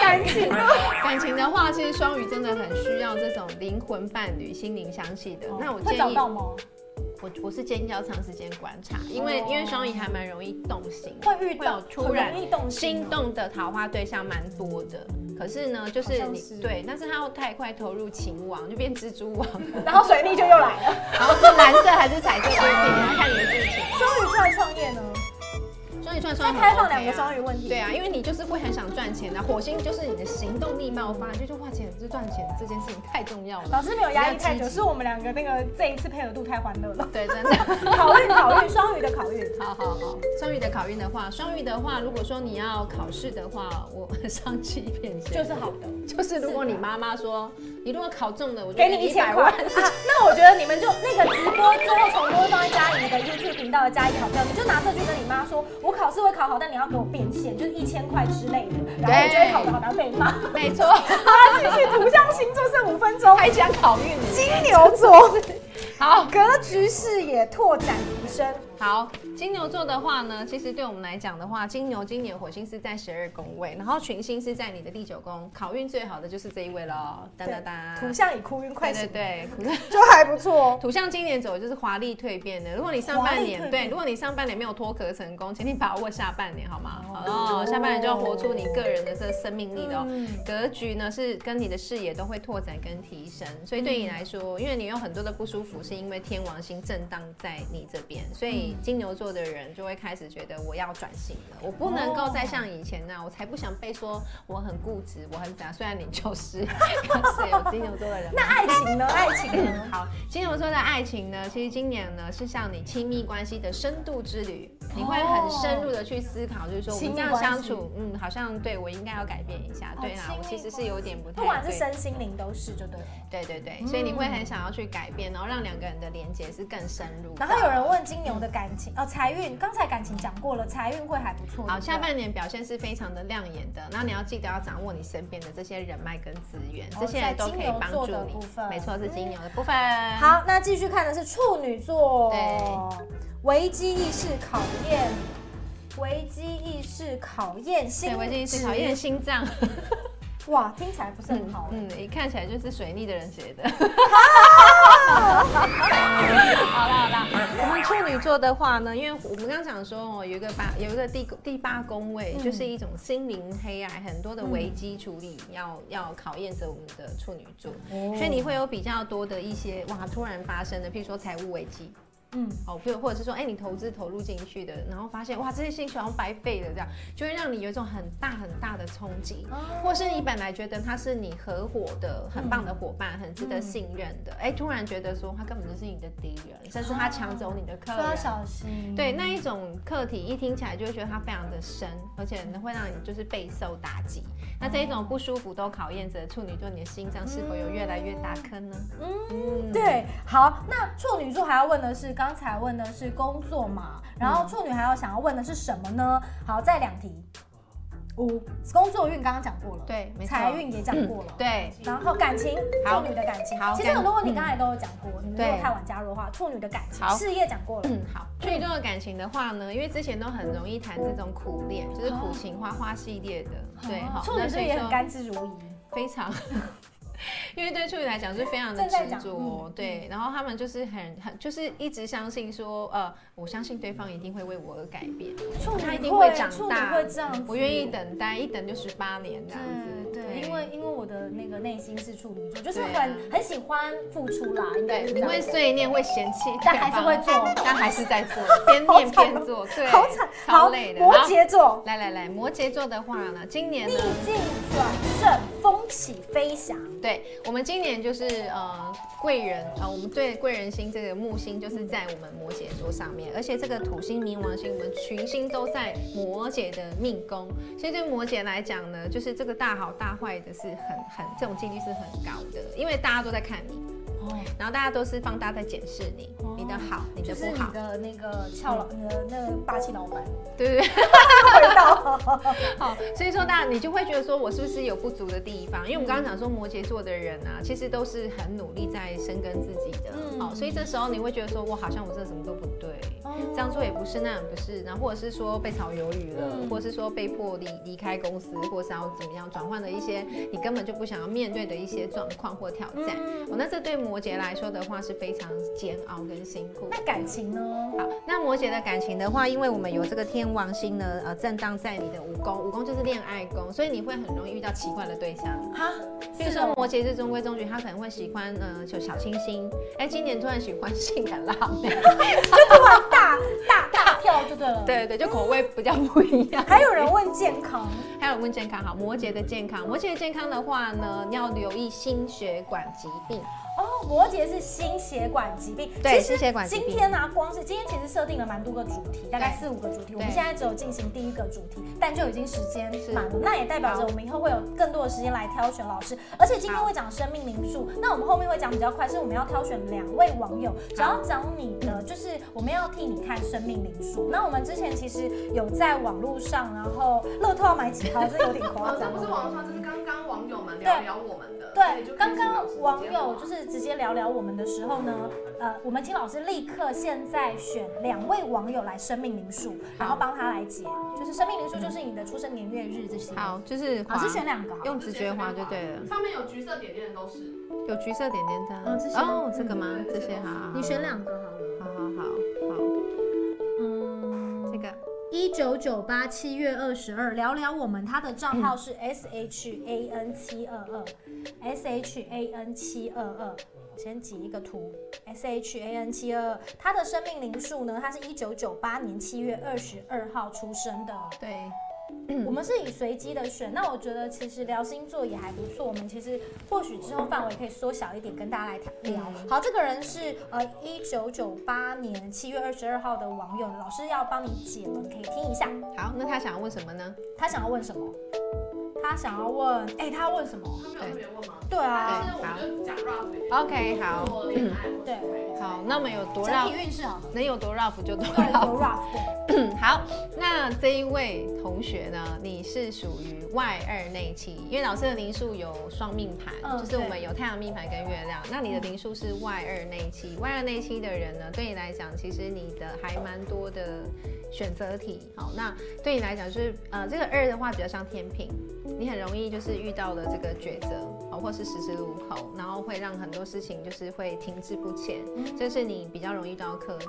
感情呢？ 感情的话，其实双鱼真的很需要这种灵魂伴侣、心灵相契的。那我会建找议，到吗？我我是建议要长时间观察，因为、因为双鱼还蛮容易动心，会遇到有突然很容易动心哦心动的桃花对象蛮多的。可是呢，就是好像你是对，但是他又太快投入情网，就变蜘蛛网，然后水逆就又来了。 然后是蓝色还是彩色不一定，然后看你的剧情。双鱼出来创业呢，双鱼算再双鱼开放 OK 啊两个双鱼问题。对啊，因为你就是会很想赚钱的、火星就是你的行动力爆发，你就是花钱就赚钱这件事情太重要了。老师没有压抑太久，比较积极是我们两个那个这一次配合度太欢乐了。 对，真的。考运考运，双鱼的考运。好好好，双鱼的考运的话，双鱼的话，如果说你要考试的话，我上去一片先就是好的，就是如果你妈妈说你如果考中了，我就给你一千100块、万啊。 那我觉得你们就那个直播最后重播放在嘉怡的 YouTube 频道的嘉怡好票，你就拿这去跟你妈说，我考试会考好，但你要给我变现，就是一千块之类的，然后我就会考得好，然后被骂。好没错，啦，继续图像星座剩五分钟，还讲考运呢。金牛座好格局视野拓展提升，好，金牛座的话呢，其实对我们来讲的话，金牛今年火星是在十二宫位，然后群星是在你的第九宫，考运最好的就是这一位喽，哒哒哒。图像已哭晕快对醒，对对，就还不错哦。土象今年走的就是华丽蜕变的。如果你上半华丽蜕年变对，如果你上半年没有脱壳成功，请你把握下半年好吗？哦，下半年就要活出你个人的这个生命力的、哦嗯格局呢，是跟你的视野都会拓展跟提升。所以对你来说，因为你有很多的不舒服，是因为天王星震荡在你这边，所嗯以金牛座的人就会开始觉得我要转型了，我不能够再像以前那、样，我才不想被说我很固执，我很咋。虽然你就是， 可是有金牛座的人。那爱情呢？爱情呢？好，金牛座的爱情呢，其实今年呢是像你亲密关系的深度之旅，你会很深入的去思考，就是说我哦亲们密这样关相系处，嗯，好像对我应该要改变一下，哦对啦亲，我其密实是关有点不太不管是嗯对身心灵都是，就对了。对对对，所以你会很想要去改变，然后让两个人的连接是更深入的。然后有人问金牛的感情哦，财运，刚才感情讲过了，财运会还不错。好，对不对下半年表现是非常的亮眼的，那你要记得要掌握你身边的这些人脉跟资源，哦这些人都可以帮在金牛座助的部你分。嗯没错，是金牛的部分。，好，那继续看的是处女座，对，危机意识考验，危机意识考验心对，智，我已经是考验心脏。哇，听起来不是很好。嗯，一看起来就是水逆的人写的。啊 好啦好啦，我们处女座的话呢，因为我们刚刚讲说哦，有一个八有一个第第八宫位，嗯就是一种心灵黑暗，很多的危机处理要要考验着我们的处女座，哦所以你会有比较多的一些哇突然发生的，譬如说财务危机，嗯，哦，或或者是说，哎、你投资投入进去的，然后发现哇，这些兴趣好像白费了，这样就会让你有一种很大很大的冲击，哦或是你本来觉得他是你合伙的很棒的伙伴，很值得嗯啊信任的，哎、突然觉得说他根本就是你的敌人，甚至他抢走你的客说人。要小心。对那一种课题，一听起来就会觉得它非常的深，而且会让你就是备受打击。那这一种不舒服都考验着处女座你的心脏是否有越来越大坑呢？嗯，对，好，那处女座还要问的是，刚才问的是工作嘛，然后处女还要想要问的是什么呢？好，再两题。五工作运刚刚讲过了，对没错财运也讲过了，对，然后感情，好处女的感情好，其实很多问题感刚才都有讲过，你们没有对太晚加入的话，处女的感情，好事业讲过了，嗯，好。处女座的感情的话呢，因为之前都很容易谈这种苦恋，就是苦情花花系列的，对，好。处女那座所以也很说甘之如饴，非常。因为对处女来讲是非常的正在执讲嗯着，对，然后他们就是很很就是一直相信说，呃，我相信对方一定会为我而改变，处他一女定会会，长处女大，会这样子，我愿意。等待，一等就十八年这样子，对对，因为因为我的那个内心是处女座，就是对啊很很喜欢付出啦，应该是对这你样会碎念会嫌弃对方，但还是会做但还是 在做，边念边做，对，好惨，超好累的。摩好羯座来来来，摩羯座的话呢，今年逆呢，境转胜，风起飞翔。对我们今年就是呃贵人呃，我们对贵人星这个木星就是在我们摩羯座上面，而且这个土星、冥王星，我们群星都在摩羯的命宫，所以对摩羯来讲呢，就是这个大好大坏的是很很这种几率是很高的，因为大家都在看你，然后大家都是放大在检视你，你的好，你就的是不你好，的那个俏老，你的那个霸气老板，对对对。味道。好，所以说大家你就会觉得说我是不是有不足的地方？因为我们刚刚讲说摩羯座的人啊，其实都是很努力在深耕自己的，嗯哦，所以这时候你会觉得说我好像我这什么都不对，哦这样做也不是，那样也不是，然后或者是说被炒鱿鱼了，或者是说被迫离离开公司，或是要怎么样转换的一些你根本就不想要面对的一些状况或挑战。我、那这对摩羯来说的话是非常煎熬跟辛苦。那感情呢？好，那摩羯的感情的话，因为我们有这个天王星呢，呃，震荡在你的五宫，五宫就是恋爱宫，所以你会很容易遇到奇怪的对象。哈，比如说摩羯是中规中矩，他可能会喜欢呃就小清新，哎，今年突然喜欢性感辣妹，就突然大大大跳就对了。， 对对，就口味比较不一样。还有人问健康， 还有问健康好，摩羯的健康，摩羯的健康的话呢，要留意心血管疾病。哦，摩羯是心血管疾病。对其实心血管疾病今天呢、啊光是今天其实设定了蛮多个主题，大概对四五个主题。我们对现在只有进行第一个主题，但就已经时间是满了，那也代表着好我们以后会有更多的时间来挑选老师。而且今天好会讲生命灵数，嗯那我们后面会讲比较快，是我们要挑选两位网友，只要讲你的，就是我们要替你看生命灵数。那我们之前其实有在网络上，然后乐透要 买几套，这有点夸好这张不是了。网上，这是刚刚网友们聊聊我们的。所以对就，可以刚请刚老师网直接友问就是直接聊聊我们的时候呢，嗯呃，我们请老师立刻现在选两位网友来生命灵数，然后帮他来解，就是生命灵数就是你的出生年月日这些。，好，啊就是老滑师选两个好了。用直觉滑就对了，上面有橘色点点的都是。有橘色点点的哦这些哦，这个吗嗯？这些好，好你选，两个好了。好好好好，嗯，这个一九九八七月二十二，聊聊我们，他的账号是 S H A N 七二二，S H A N 七二二。我先截一个图，S H A N 七二二，他的生命灵数呢？他是一九九八年七月二十二号出生的。对，我们是以随机的选，那我觉得其实聊星座也还不错。我们其实或许之后范围可以缩小一点，跟大家来谈聊。嗯好，这个人是呃一九九八年七月二十二号的网友，老师要帮你解了，你可以听一下。好，那他想要问什么呢？他想要问什么？他想要问，哎、他要问什么？他们有特别问吗？对啊，但是我们就讲 rap 一点。 OK，好做恋爱或对者是好，那么有多整 rough，体运势好的，能有多 rough 就多对， rough。有 rough，对，嗯好，那这一位同学呢，你是属于外二内七，因为老师的灵数有双命盘，嗯就是我们有太阳命盘跟月亮，那你的灵数是外二内七，外二内七的人呢，对你来讲，其实你的还蛮多的选择题。好，那对你来讲就是呃，这个二的话比较像天平，你很容易就是遇到了这个抉择，哦，或是十字路口，然后会让很多事情就是会停滞不前，这是你比较容易遇到的课题。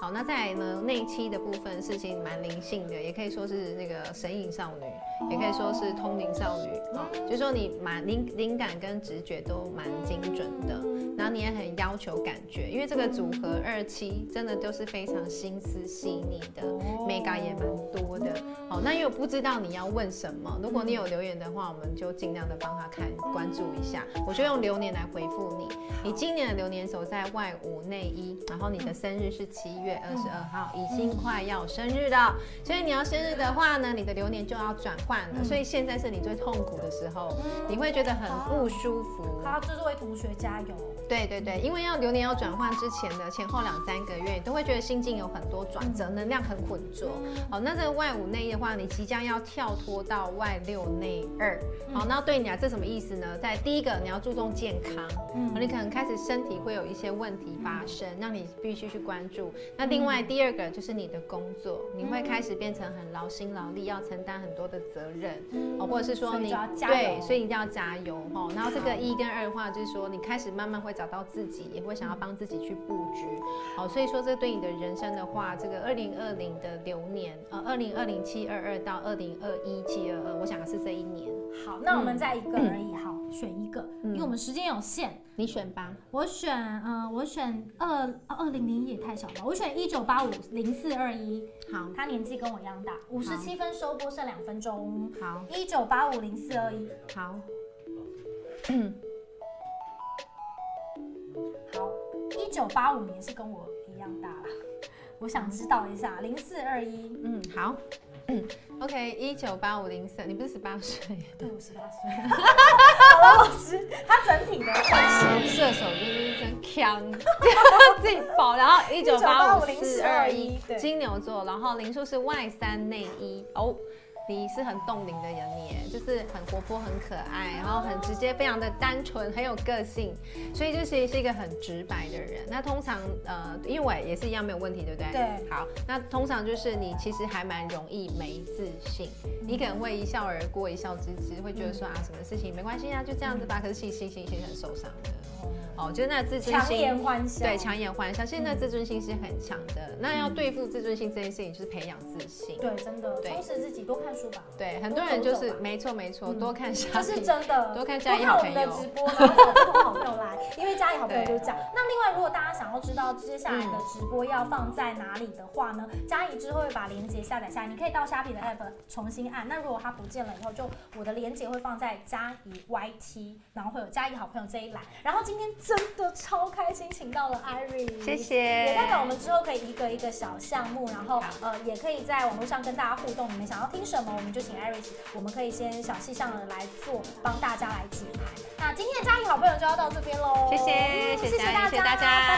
好，那再来呢，内期的部分事情蛮灵性的，也可以说是那个神隐少女，也可以说是通灵少女啊、哦，就是说你蛮灵灵感跟直觉都蛮精准的，然后你也很要求感觉，因为这个组合二期真的都是非常心思细腻的，mega 哦也蛮多的。好，那因为我不知道你要问什么，如果你有留言的话，我们就尽量的帮他看关注一下，我就用流年来回复你。你今年的流年走在外五内一，然后你的生日是七月二十二号，已经快要生日了，所以你要生日的话呢，你的流年就要转换了，所以现在是你最痛苦的时候，你会觉得很不舒服。好，这位同学加油。对对对，因为要流年要转换之前的前后两三个月，你都会觉得心境有很多转折，能量很浑浊。好，那这个外五内一的话，你即将要跳脱到外六内二。好，那对你来这什么意思呢？在第一个，你要注重健康，嗯你可能开始身体会有一些问题发生，让你必须去关注。那另外第二个就是你的工作，你会开始变成很劳心劳力，要承担很多的责任，哦，或者是说嗯所以你就要加油对，所以一定要加油哦。然后这个一跟二的话，就是说你开始慢慢会找到自己，也会想要帮自己去布局。好，所以说这对你的人生的话，这个二零二零的流年，呃，二零二零七二二到二零二一七二二，我想的是这一年，好，那我嗯们再一个而已，好，选一个，因为我们时间有限。你选吧。我选，嗯、我选二哦二零零也太小了吧，我选一九八五零四二一，好，他年纪跟我一样大，五十七分收播，剩两分钟。好，一九八五零四二一，好，好，一九八五年是跟我一样大啦， 我想知道一下零四二一，嗯，好。OK，一九八五零三，你不是十八岁？对，我十八岁。好了，老师，他整体的关系。射手就是真强， 自己爆。然后一九八五四二19850一，金牛座，然后零数是外三内一哦。你是很冻龄的人耶，就是很活泼、很可爱，然后很直接，非常的单纯，很有个性，所以就其实是一个很直白的人。那通常呃，因为我也是一样没有问题，对不对？对。好，那通常就是你其实还蛮容易没自信，你可能会一笑而过、一笑置之，会觉得说啊，什么事情没关系啊，就这样嗯子吧。可是其实心心心是很受伤的。哦，就是那自尊强心颜欢笑，对，强颜欢笑。现在自尊心是很强的，那要对付自尊心这件事情，就是培养自信。对，真的对充实自己，多看书吧，对，很多人多就走走是吧没错没错，嗯多看这商是品。真的。多看多家里看好我朋们的友直。播，然后找不同好朋友来，因为家里好朋友就是这样。那另外，如果大家想要知道接下来的直播要放在哪里的话呢，佳怡之后会把链接下载下来，你可以到虾皮的 app 重新按。那如果它不见了以后，就我的链接会放在佳怡 YT，然后会有佳怡好朋友这一栏。然后今天真的超开心，请到了 Irene，谢也谢。代表我们之后可以一个一个小项目，然后好呃也可以在网络上跟大家互动。你们想要听什么，我们就请 Iris，我们可以先小细项的来做，帮大家来解盘。那今天的嘉颖好朋友就要到这边喽，谢谢嗯谢谢谢佳颖大家，谢谢大家